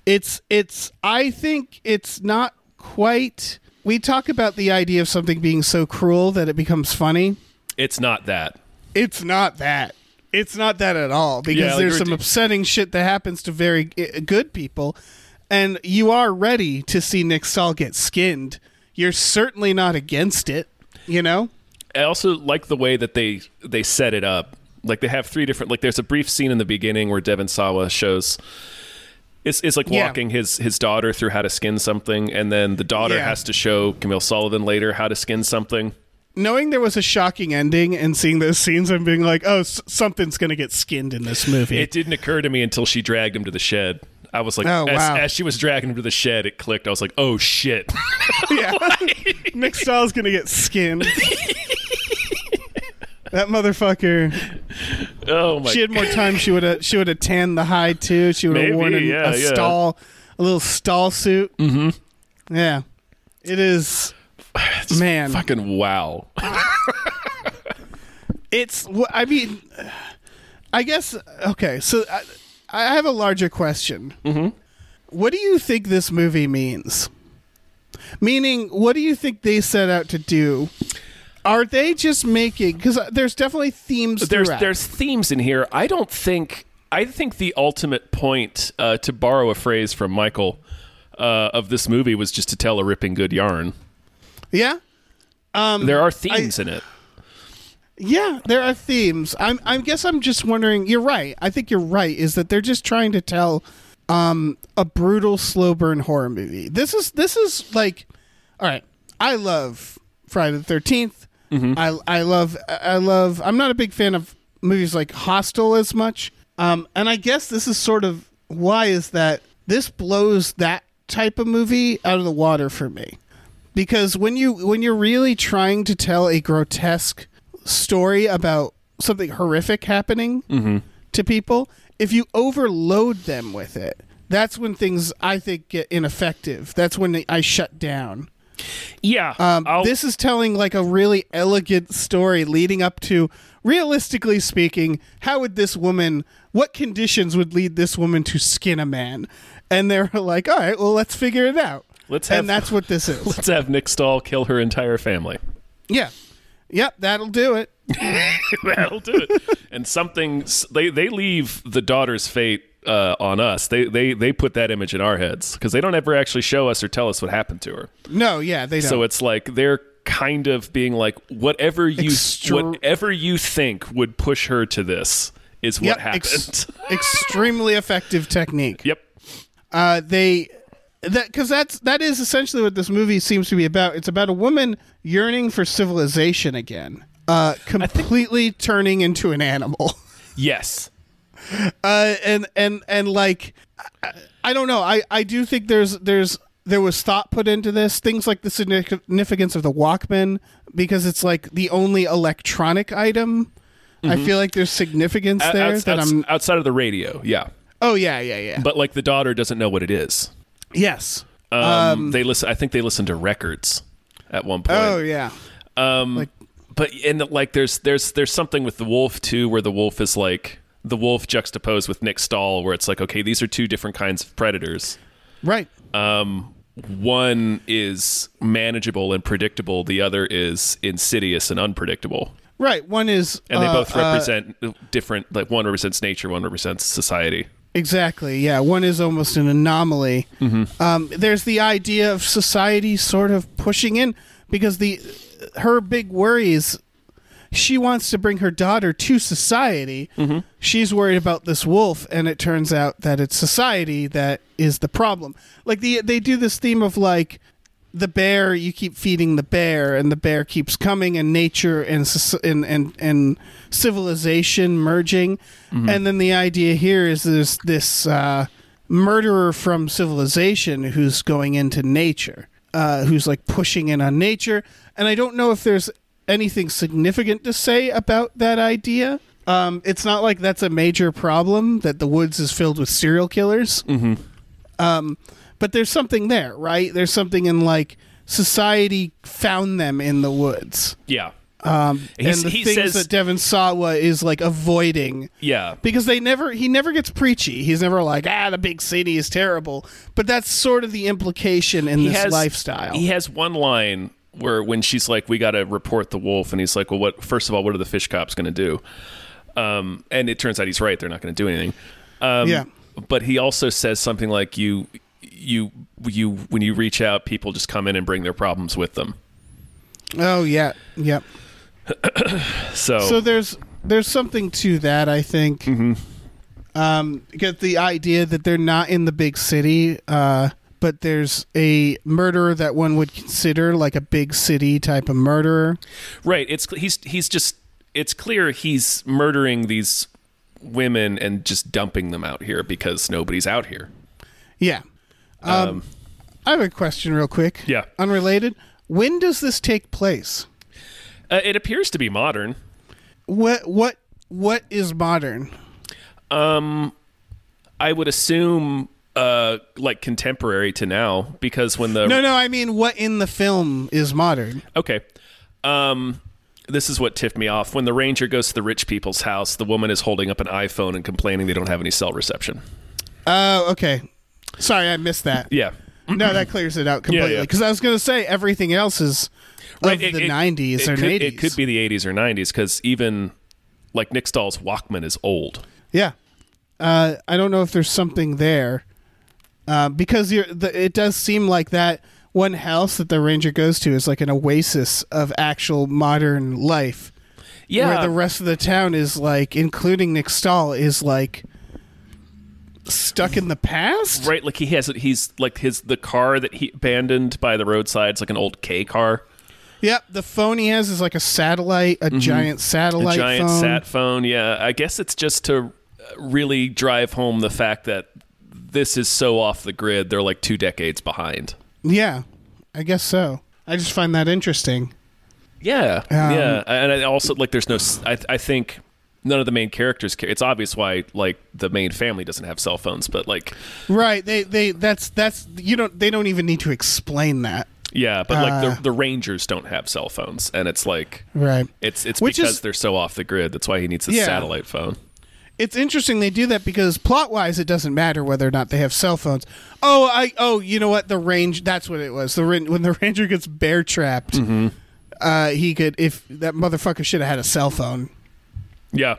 Speaker 2: it's it's I think it's not quite. We talk about the idea of something being so cruel that it becomes funny.
Speaker 1: it's not that.
Speaker 2: it's not that. It's not that at all because
Speaker 1: Yeah, like
Speaker 2: there's
Speaker 1: we're
Speaker 2: some
Speaker 1: d-
Speaker 2: upsetting shit that happens to very uh, good people, and you are ready to see Nick Stahl get skinned. You're certainly not against it, you know.
Speaker 1: I also like the way that they they set it up. Like they have three different like there's a brief scene in the beginning where Devin Sawa shows it's, it's like
Speaker 2: Yeah.
Speaker 1: walking his his daughter through how to skin something and then the daughter
Speaker 2: Yeah.
Speaker 1: has to show Camille Sullivan later how to skin something.
Speaker 2: knowing there was a shocking ending and seeing those scenes and being like, oh, s- something's gonna get skinned in this movie.
Speaker 1: It didn't occur to me until she dragged him to the shed. I was like,
Speaker 2: Oh,
Speaker 1: as,
Speaker 2: wow.
Speaker 1: as she was dragging him to the shed, it clicked. I was like, oh shit.
Speaker 2: yeah, Nick Stahl's gonna get skinned. that motherfucker.
Speaker 1: oh my.
Speaker 2: She had more time. She would have. She would have tanned the hide too. She would have
Speaker 1: Maybe,
Speaker 2: worn an,
Speaker 1: yeah,
Speaker 2: a
Speaker 1: yeah.
Speaker 2: stall, a little stall suit. Mm-hmm. Yeah, it is. man,
Speaker 1: Fucking wow.
Speaker 2: it's wh- i mean i guess okay so i, I have a larger question mm-hmm. what do you think this movie means meaning what do you think they set out to do are they just making because there's definitely themes
Speaker 1: there's
Speaker 2: throughout.
Speaker 1: there's themes in here. I don't think I think the ultimate point, uh, to borrow a phrase from Michael, uh, of this movie was just to tell a ripping good yarn.
Speaker 2: yeah Um,
Speaker 1: there are themes in it.
Speaker 2: yeah there are themes i'm i guess i'm just wondering you're right i think you're right is that they're just trying to tell um a brutal slow burn horror movie this is this is like all right i love friday the 13th i i love i love i'm not a big fan of movies like hostel as much um and i guess this is sort of why is that this blows that type of movie out of the water for me because when you when you're really trying to tell a grotesque story about something horrific happening to people, if you overload them with it, that's when things I think get ineffective. That's when I shut down.
Speaker 1: Yeah.
Speaker 2: Um, this is telling like a really elegant story leading up to, realistically speaking, how would this woman, what conditions would lead this woman to skin a man? And they're like, all right, well, let's figure it out.
Speaker 1: Let's have-
Speaker 2: and that's what this is.
Speaker 1: Let's have Nick Stahl kill her entire family.
Speaker 2: Yeah. Yep, that'll do it.
Speaker 1: That'll do it. and something they they leave the daughter's fate uh, on us. They they they put that image in our heads because they don't ever actually show us or tell us what happened to her.
Speaker 2: No, yeah, they don't.
Speaker 1: So it's like they're kind of being like whatever you
Speaker 2: Extra-
Speaker 1: whatever you think would push her to this is what
Speaker 2: Yep,
Speaker 1: happened.
Speaker 2: ex- extremely effective technique.
Speaker 1: yep.
Speaker 2: Uh, they that because that's that is essentially what this movie seems to be about. It's about a woman yearning for civilization again, uh, completely turning into an animal.
Speaker 1: Yes.
Speaker 2: uh, and and and like I- I don't know. I I do think there's there's there was thought put into this. Things like the significance of the Walkman because it's like the only electronic item. I feel like there's significance
Speaker 1: O-
Speaker 2: there
Speaker 1: outs-
Speaker 2: that
Speaker 1: outs-
Speaker 2: I'm.
Speaker 1: outside of the radio. Yeah.
Speaker 2: Oh yeah, yeah, yeah.
Speaker 1: But like the daughter doesn't know what it is.
Speaker 2: Yes.
Speaker 1: Um, they listen. I think they listen to records at one point.
Speaker 2: Oh yeah. Um. Like,
Speaker 1: but and like there's there's there's something with the wolf too where the wolf is like the wolf juxtaposed with Nick Stahl where it's like okay these are two different kinds of predators
Speaker 2: right.
Speaker 1: one is manageable and predictable the other is insidious and unpredictable
Speaker 2: Right. One is.
Speaker 1: and they
Speaker 2: uh,
Speaker 1: both
Speaker 2: uh,
Speaker 1: represent different like one represents nature one represents society
Speaker 2: exactly. Yeah. One is almost an anomaly.
Speaker 1: Mm-hmm.
Speaker 2: Um. There's the idea of society sort of pushing in because the her big worry is she wants to bring her daughter to society. She's worried about this wolf, and it turns out that it's society that is the problem. Like the they do this theme of like the bear, you keep feeding the bear, and the bear keeps coming, and nature and soc- and and, and civilization merging, and then the idea here is there's this uh, murderer from civilization who's going into nature, uh, who's like pushing in on nature, and I don't know if there's anything significant to say about that idea. Um, it's not like that's a major problem that the woods is filled with serial killers. Mm-hmm. Um, but there's something there, right? There's something in like society found them in the woods,
Speaker 1: yeah
Speaker 2: Um, and the things that Devin Sawa is like avoiding
Speaker 1: yeah
Speaker 2: because they never he never gets preachy. He's never like ah the big city is terrible, but that's sort of the implication in this lifestyle.
Speaker 1: He has one line where when she's like, "We got to report the wolf," and he's like, "Well, what? First of all, what are the fish cops going to do?" Um, and it turns out he's right; they're not going to do anything. um,
Speaker 2: yeah,
Speaker 1: But he also says something like, "You, you, you. When you reach out, people just come in and bring their problems with them."
Speaker 2: oh yeah, yep.
Speaker 1: So,
Speaker 2: So there's there's something to that, I think.
Speaker 1: Mm-hmm.
Speaker 2: Um, get the idea that they're not in the big city, uh, but there's a murderer that one would consider like a big city type of murderer.
Speaker 1: Right. It's he's he's just it's clear he's murdering these women and just dumping them out here because nobody's out here.
Speaker 2: Yeah. Um, I have a question real quick.
Speaker 1: Yeah.
Speaker 2: Unrelated. When does this take place?
Speaker 1: Uh, it appears to be modern.
Speaker 2: What what what is modern?
Speaker 1: I would assume uh like contemporary to now because when the
Speaker 2: No, no, I mean what in the film is modern?
Speaker 1: Okay. Um, this is what tipped me off. When the ranger goes to the rich people's house, the woman is holding up an iPhone and complaining they don't have any cell reception. Uh,
Speaker 2: Oh, okay. Sorry, I missed that.
Speaker 1: Yeah.
Speaker 2: No, that clears it out completely.
Speaker 1: yeah.
Speaker 2: Because I was going to say everything else is of
Speaker 1: it-
Speaker 2: the
Speaker 1: it-
Speaker 2: 90s
Speaker 1: it
Speaker 2: or
Speaker 1: could,
Speaker 2: 80s.
Speaker 1: It could be the 80s or 90s because even like Nick Stahl's Walkman is old.
Speaker 2: Yeah. Uh, I don't know if there's something there. Uh, because you're, the, it does seem like that one house that the ranger goes to is like an oasis of actual modern life. Where the rest of the town is like, including Nick Stahl, is like stuck in the past?
Speaker 1: right. Like he has, he's like his, the car that he abandoned by the roadside is like an old K car,
Speaker 2: Yep. The phone he has is like a satellite, a
Speaker 1: Mm-hmm.
Speaker 2: giant
Speaker 1: a
Speaker 2: satellite
Speaker 1: giant
Speaker 2: phone.
Speaker 1: sat phone. Yeah. I guess it's just to uh, really drive home the fact that this is so off the grid. They're like two decades behind.
Speaker 2: yeah. I guess so. I just find that interesting.
Speaker 1: Yeah,
Speaker 2: Um,
Speaker 1: yeah, and I also like there's no. s- I I think none of the main characters. Care. It's obvious why like the main family doesn't have cell phones, but like
Speaker 2: Right. They they that's that's you don't they don't even need to explain that.
Speaker 1: yeah, but like
Speaker 2: Uh.
Speaker 1: the the Rangers don't have cell phones, and it's like
Speaker 2: Right.
Speaker 1: it's it's
Speaker 2: Which
Speaker 1: because
Speaker 2: is-
Speaker 1: they're so off the grid. That's why he needs a
Speaker 2: Yeah.
Speaker 1: satellite phone.
Speaker 2: It's interesting they do that because plot wise it doesn't matter whether or not they have cell phones. Oh, I oh, you know what? The range that's what it was. The ran- when the ranger gets bear trapped,
Speaker 1: Mm-hmm.
Speaker 2: uh he could if that motherfucker should have had a cell phone.
Speaker 1: Yeah.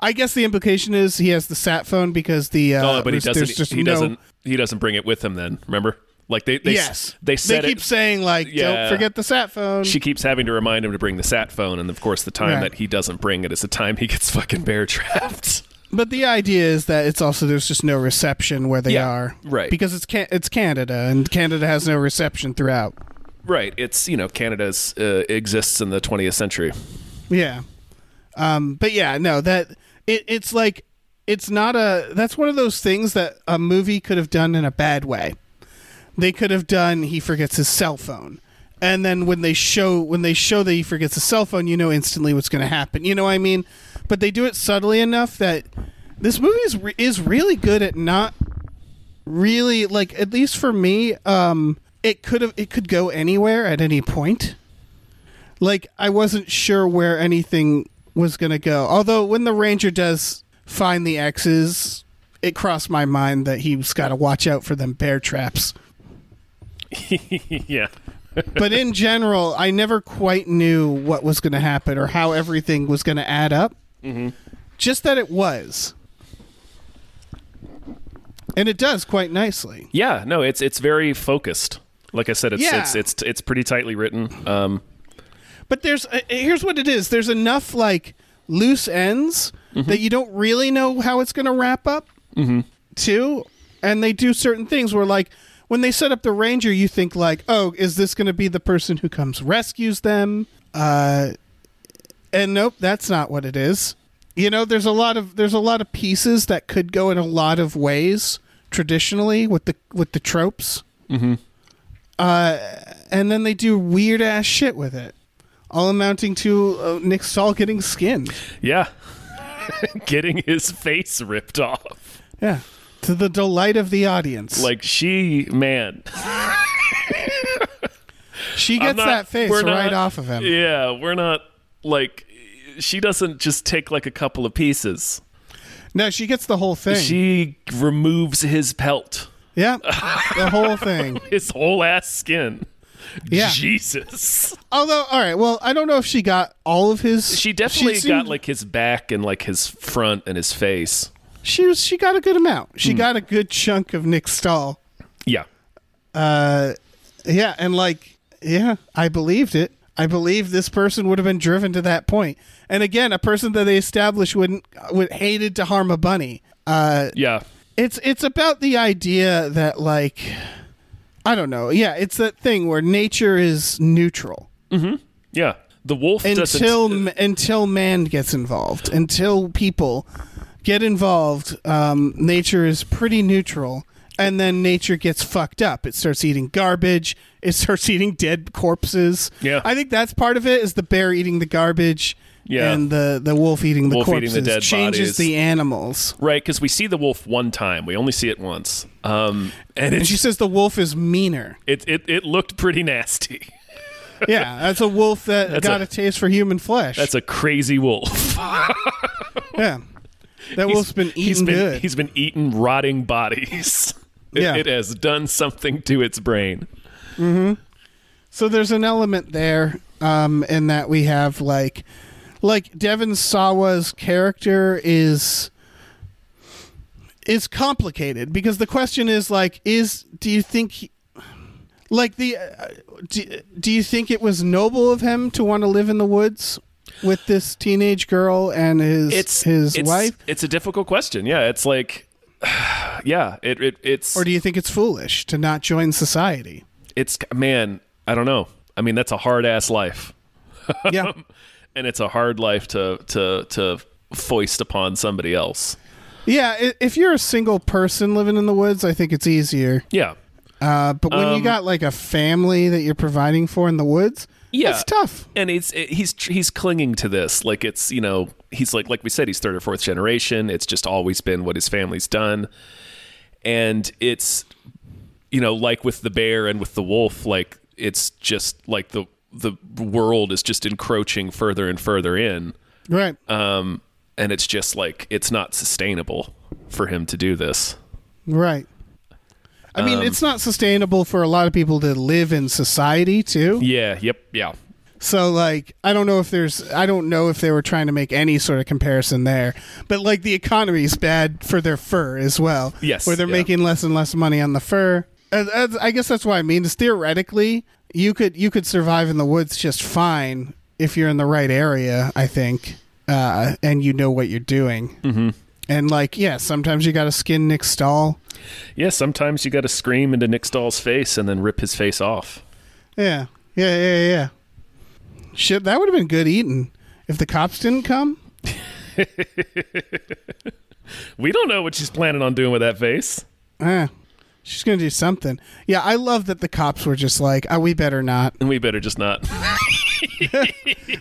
Speaker 2: I guess the implication is he has the sat phone because the uh
Speaker 1: Oh, but he
Speaker 2: there's-
Speaker 1: doesn't.
Speaker 2: there's just
Speaker 1: He
Speaker 2: no-
Speaker 1: doesn't. He doesn't bring it with him. Then remember, like they they s-
Speaker 2: yes.
Speaker 1: they said
Speaker 2: keep
Speaker 1: it.
Speaker 2: saying like
Speaker 1: Yeah.
Speaker 2: don't forget the sat phone.
Speaker 1: she keeps having to remind him to bring the sat phone, and of course, the time
Speaker 2: Right.
Speaker 1: that he doesn't bring it is the time he gets fucking bear trapped.
Speaker 2: But the idea is that it's also there's just no reception where they
Speaker 1: Yeah,
Speaker 2: are,
Speaker 1: right.
Speaker 2: Because it's can- it's Canada, and Canada has no reception throughout.
Speaker 1: Right. It's you know Canada's uh, exists in the 20th century.
Speaker 2: Yeah, um, but yeah, no, that it, it's like it's not a. That's one of those things that a movie could have done in a bad way. They could have done. He forgets his cell phone, and then when they show when they show that he forgets his cell phone, you know instantly what's going to happen. You know what I mean? But they do it subtly enough that this movie is re- is really good at not really like at least for me um it could have it could go anywhere at any point like i wasn't sure where anything was gonna go although when the ranger does find the x's it crossed my mind that he's got to watch out for them bear traps
Speaker 1: yeah.
Speaker 2: but in general i never quite knew what was gonna happen or how everything was gonna add up mm-hmm. just that it was and it does quite nicely
Speaker 1: Yeah. No, it's it's very focused. Like I said, it's
Speaker 2: Yeah.
Speaker 1: it's, it's it's pretty tightly written. Um,
Speaker 2: But there's uh, here's what it is. There's enough like loose ends that you don't really know how it's going to wrap up. Mm-hmm. Too, and they do certain things where like when they set up the ranger, you think like, oh, is this going to be the person who comes rescues them? Uh, and nope, that's not what it is. You know, there's a lot of there's a lot of pieces that could go in a lot of ways traditionally with the with the tropes. Mm-hmm. Uh, and then they do weird ass shit with it all amounting to uh, Nick Stahl getting skinned.
Speaker 1: yeah. Getting his face ripped off.
Speaker 2: Yeah. To the delight of the audience.
Speaker 1: Like she, man.
Speaker 2: she gets
Speaker 1: I'm not-
Speaker 2: that face
Speaker 1: we're not-
Speaker 2: right off of him.
Speaker 1: Yeah, we're not like she doesn't just take like a couple of pieces.
Speaker 2: No, she gets the whole thing.
Speaker 1: She removes his pelt,
Speaker 2: yeah. the whole thing.
Speaker 1: his whole ass skin.
Speaker 2: Yeah.
Speaker 1: Jesus.
Speaker 2: Although, all right, well, I don't know if she got all of his.
Speaker 1: She definitely
Speaker 2: seemed-
Speaker 1: got like his back and like his front and his face.
Speaker 2: She, was, she got a good amount. She
Speaker 1: Hmm.
Speaker 2: got a good chunk of Nick Stahl.
Speaker 1: Yeah.
Speaker 2: Yeah, and like, yeah, I believed it. I believe this person would have been driven to that point. And again, a person that they established wouldn't would hated to harm a bunny. Uh,
Speaker 1: Yeah.
Speaker 2: it's it's about the idea that like I don't know. Yeah, it's that thing where nature is neutral
Speaker 1: Yeah. The wolf doesn't.
Speaker 2: until m- until man gets involved. Until people get involved, um, nature is pretty neutral, and then nature gets fucked up. It starts eating garbage. It starts eating dead corpses.
Speaker 1: Yeah.
Speaker 2: I think that's part of it. Is the bear eating the garbage?
Speaker 1: Yeah.
Speaker 2: and the the wolf eating the
Speaker 1: Wolf eating the
Speaker 2: corpses
Speaker 1: dead
Speaker 2: changes
Speaker 1: bodies.
Speaker 2: the animals.
Speaker 1: Right, because we see the wolf one time. We only see it once. Um, and
Speaker 2: And
Speaker 1: it,
Speaker 2: she says the wolf is meaner.
Speaker 1: it, it, it looked pretty nasty.
Speaker 2: Yeah, that's a wolf that
Speaker 1: That's
Speaker 2: got
Speaker 1: a-
Speaker 2: a, taste for human flesh.
Speaker 1: That's a crazy wolf.
Speaker 2: yeah. That wolf's been eaten
Speaker 1: he's been,
Speaker 2: good.
Speaker 1: He's been eating rotting bodies. It,
Speaker 2: Yeah.
Speaker 1: it has done something to its brain.
Speaker 2: So there's an element there um, in that we have like, like Devon Sawa's character is is complicated because the question is like, is do you think, he, like the, uh, do, do you think it was noble of him to want to live in the woods with this teenage girl and his
Speaker 1: It's
Speaker 2: his
Speaker 1: it's-
Speaker 2: wife,
Speaker 1: It's a difficult question. Yeah, it's like, yeah, it, it it's
Speaker 2: or do you think it's foolish to not join society?
Speaker 1: it's man. I don't know. I mean, that's a hard ass life.
Speaker 2: Yeah.
Speaker 1: and it's a hard life to to to foist upon somebody else.
Speaker 2: Yeah, i- if you're a single person living in the woods, I think it's easier.
Speaker 1: Yeah.
Speaker 2: Uh, but when you got like a family that you're providing for in the woods,
Speaker 1: Yeah.
Speaker 2: it's tough.
Speaker 1: And it's it, he's he's clinging to this like it's you know he's like like we said he's third or fourth generation. It's just always been what his family's done, and it's you know like with the bear and with the wolf like it's just like the the world is just encroaching further and further in,
Speaker 2: Right.
Speaker 1: um, and it's just like it's not sustainable for him to do this.
Speaker 2: right. I mean, it's not sustainable for a lot of people to live in society too.
Speaker 1: Yeah. Yep. Yeah.
Speaker 2: So like, I don't know if there's I don't know if they were trying to make any sort of comparison there. But like the economy's bad for their fur as well.
Speaker 1: Yes,
Speaker 2: Where they're
Speaker 1: yeah.
Speaker 2: making less and less money on the fur. And that's- I guess that's what I mean. Is theoretically you could you could survive in the woods just fine if you're in the right area, I think. Uh, and you know what you're doing. Mm-hmm. And like, yeah, sometimes you got to skin Nick Stall.
Speaker 1: Yeah, sometimes you got to scream into Nick Stahl's face and then rip his face off.
Speaker 2: Yeah. Yeah, yeah, yeah. Shit, that would have been good eating if the cops didn't come.
Speaker 1: We don't know what she's planning on doing with that face.
Speaker 2: Eh, she's gonna do something. Yeah, I love that the cops were just like, oh, we better not.
Speaker 1: And we better just not.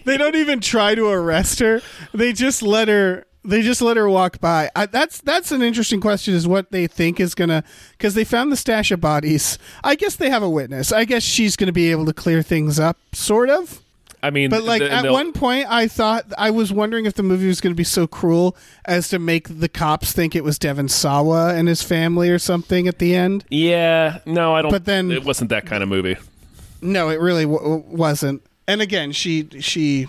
Speaker 2: They don't even try to arrest her. They just let her. They just let her walk by. I, that's that's an interesting question. Is what they think is gonna because they found the stash of bodies. I guess they have a witness. I guess she's gonna be able to clear things up, sort of.
Speaker 1: I mean,
Speaker 2: But like
Speaker 1: th-
Speaker 2: at
Speaker 1: they'll-
Speaker 2: one point, I thought I was wondering if the movie was going to be so cruel as to make the cops think it was Devon Sawa and his family or something at the end.
Speaker 1: yeah, no, I don't.
Speaker 2: But then-
Speaker 1: it wasn't that kind of movie.
Speaker 2: No, it really w- w- wasn't. And again, she she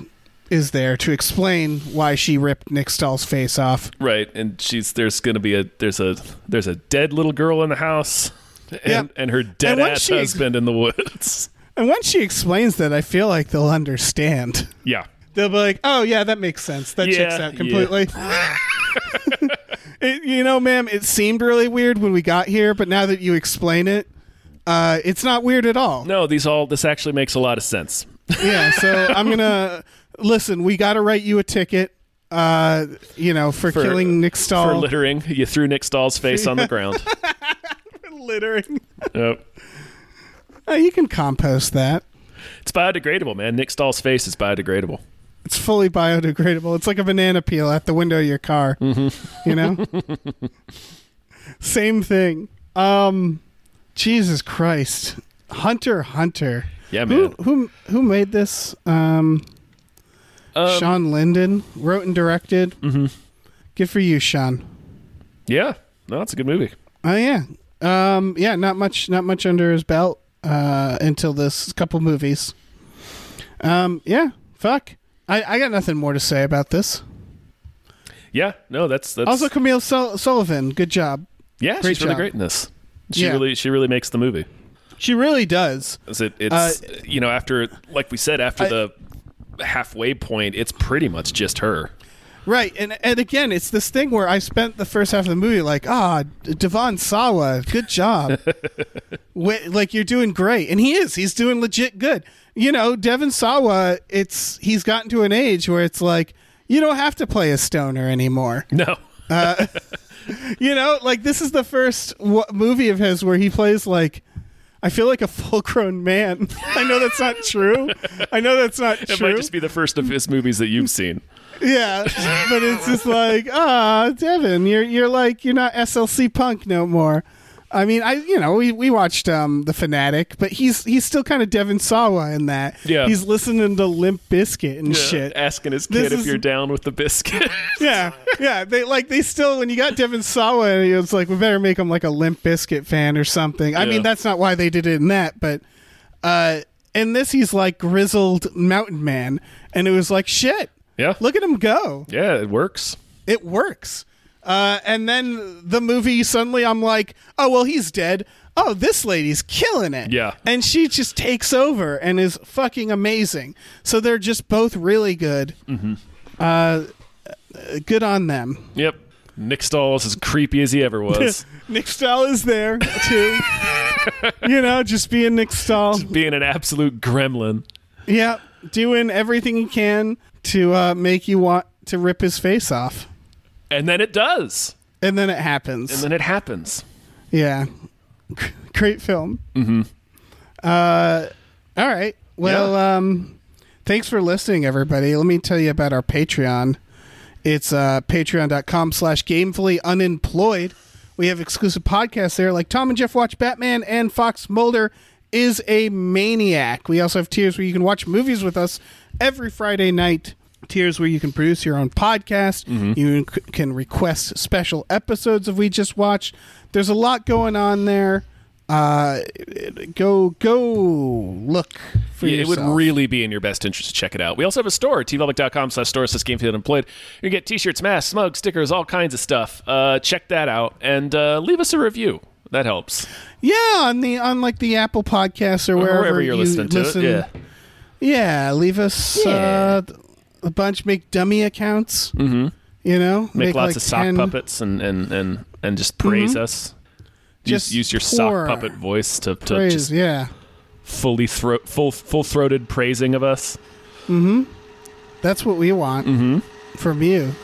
Speaker 2: is there to explain why she ripped Nick Stahl's face off.
Speaker 1: Right, and she's there's gonna be a there's a there's a dead little girl in the house, and
Speaker 2: Yep.
Speaker 1: and her dead
Speaker 2: once
Speaker 1: ass
Speaker 2: she-
Speaker 1: husband in the woods.
Speaker 2: And once she explains that, I feel like they'll understand.
Speaker 1: yeah,
Speaker 2: They'll be like, "Oh yeah, that makes sense. That
Speaker 1: Yeah,
Speaker 2: checks out completely." it, you know, ma'am, it seemed really weird when we got here, but now that you explain it, uh, it's not weird at all.
Speaker 1: no, these all this actually makes a lot of sense.
Speaker 2: Yeah, so I'm gonna listen. We got to write you a ticket. Uh, you know, for,
Speaker 1: For-
Speaker 2: killing Nick Stahl
Speaker 1: For littering, you threw Nick Stahl's face on the ground.
Speaker 2: littering.
Speaker 1: Yep.
Speaker 2: Uh, you can compost that.
Speaker 1: It's biodegradable, man. Nick Stahl's face is biodegradable.
Speaker 2: It's fully biodegradable. It's like a banana peel at the window of your car.
Speaker 1: Mm-hmm.
Speaker 2: You know? Same thing. Um Jesus Christ. Hunter Hunter.
Speaker 1: Yeah,
Speaker 2: Who
Speaker 1: man.
Speaker 2: who who made this? Um,
Speaker 1: Um,
Speaker 2: Sean Linden wrote and directed. Mm-hmm. Good for you, Sean.
Speaker 1: Yeah, no, it's a good movie.
Speaker 2: Oh yeah. Um yeah, not much not much under his belt uh until this couple movies. Um yeah, fuck. I, I got nothing more to say about this.
Speaker 1: Yeah, no, that's that's
Speaker 2: Also Camille Sul- Sullivan, good job.
Speaker 1: yeah,
Speaker 2: great
Speaker 1: she's really
Speaker 2: job.
Speaker 1: great in this. She
Speaker 2: Yeah.
Speaker 1: really she really makes the movie.
Speaker 2: She really does.
Speaker 1: Is it- it's you know after like we said after
Speaker 2: Uh, I-
Speaker 1: the halfway point, it's pretty much just her.
Speaker 2: Right, and and again, it's this thing where I spent the first half of the movie like, ah, Devon Sawa, good job, Wh- like you're doing great, and he is, he's doing legit good. You know, Devon Sawa, it's he's gotten to an age where it's like you don't have to play a stoner anymore.
Speaker 1: No.
Speaker 2: You know, like this is the first w- movie of his where he plays like. I feel like a full-grown man. I know that's not true. I know that's not
Speaker 1: It
Speaker 2: true.
Speaker 1: might just be the first of his movies that you've seen.
Speaker 2: Yeah, but it's just like, ah, Devin, you're you're like you're not SLC punk no more. I mean, I you know we, we watched um the fanatic, but he's he's still kind of Devin Sawa in that.
Speaker 1: Yeah.
Speaker 2: he's listening to Limp Biscuit and shit.
Speaker 1: Asking his
Speaker 2: This
Speaker 1: kid if
Speaker 2: is-
Speaker 1: you're down with the biscuit.
Speaker 2: Yeah, yeah. They like they still when you got Devin Sawa, it's like we better make him like a Limp Biscuit fan or something. I
Speaker 1: Yeah.
Speaker 2: mean, that's not why they did it in that, but uh, in this he's like grizzled mountain man, and it was like shit.
Speaker 1: yeah.
Speaker 2: Look at him go.
Speaker 1: Yeah, it works.
Speaker 2: it works. Uh, and then the movie suddenly I'm like, oh well, he's dead. Oh, this lady's killing it.
Speaker 1: Yeah.
Speaker 2: and she just takes over and is fucking amazing. So they're just both really good. Mm-hmm. Uh, good on them.
Speaker 1: Yep. Nick Stahl is as creepy as he ever was.
Speaker 2: Nick Stahl is there too. you know, just being Nick Stahl.
Speaker 1: Being an absolute gremlin.
Speaker 2: Yeah, doing everything he can to uh, make you want to rip his face off,
Speaker 1: And then it does.
Speaker 2: and then it happens.
Speaker 1: And then it happens.
Speaker 2: Yeah. Great film. Mm-hmm. Uh, all right. Well, um, thanks for listening, everybody. Let me tell you about our Patreon. It's uh, patreon.com slash gamefully unemployed. We have exclusive podcasts there like Tom and Jeff Watch Batman and Fox Mulder is a maniac. We also have tiers where you can watch movies with us every Friday night. Tiers where you can produce your own podcast.
Speaker 1: Mm-hmm.
Speaker 2: You c- can request special episodes of We Just Watched. There's a lot going on there. Uh, go go look for
Speaker 1: Yeah,
Speaker 2: yourself.
Speaker 1: It would really be in your best interest to check it out. We also have a store, tpublic.com slash store slash gamefield employed. You can get t-shirts, masks, mugs, stickers, all kinds of stuff. Uh, check that out and uh, leave us a review. That helps.
Speaker 2: Yeah, on the on like the Apple Podcasts or wherever,
Speaker 1: Wherever you're
Speaker 2: you
Speaker 1: listening to
Speaker 2: listen.
Speaker 1: it. Yeah.
Speaker 2: Yeah, leave us Uh, a bunch. Make dummy accounts. Mm-hmm. You know,
Speaker 1: Make, lots
Speaker 2: like
Speaker 1: of sock
Speaker 2: 10
Speaker 1: puppets and, and, and, and just praise us. Just
Speaker 2: Just
Speaker 1: use your
Speaker 2: pour
Speaker 1: sock puppet voice to, to
Speaker 2: praise,
Speaker 1: just
Speaker 2: yeah,
Speaker 1: fully thro- full full throated praising of us. Mm-hmm.
Speaker 2: that's what we want from you.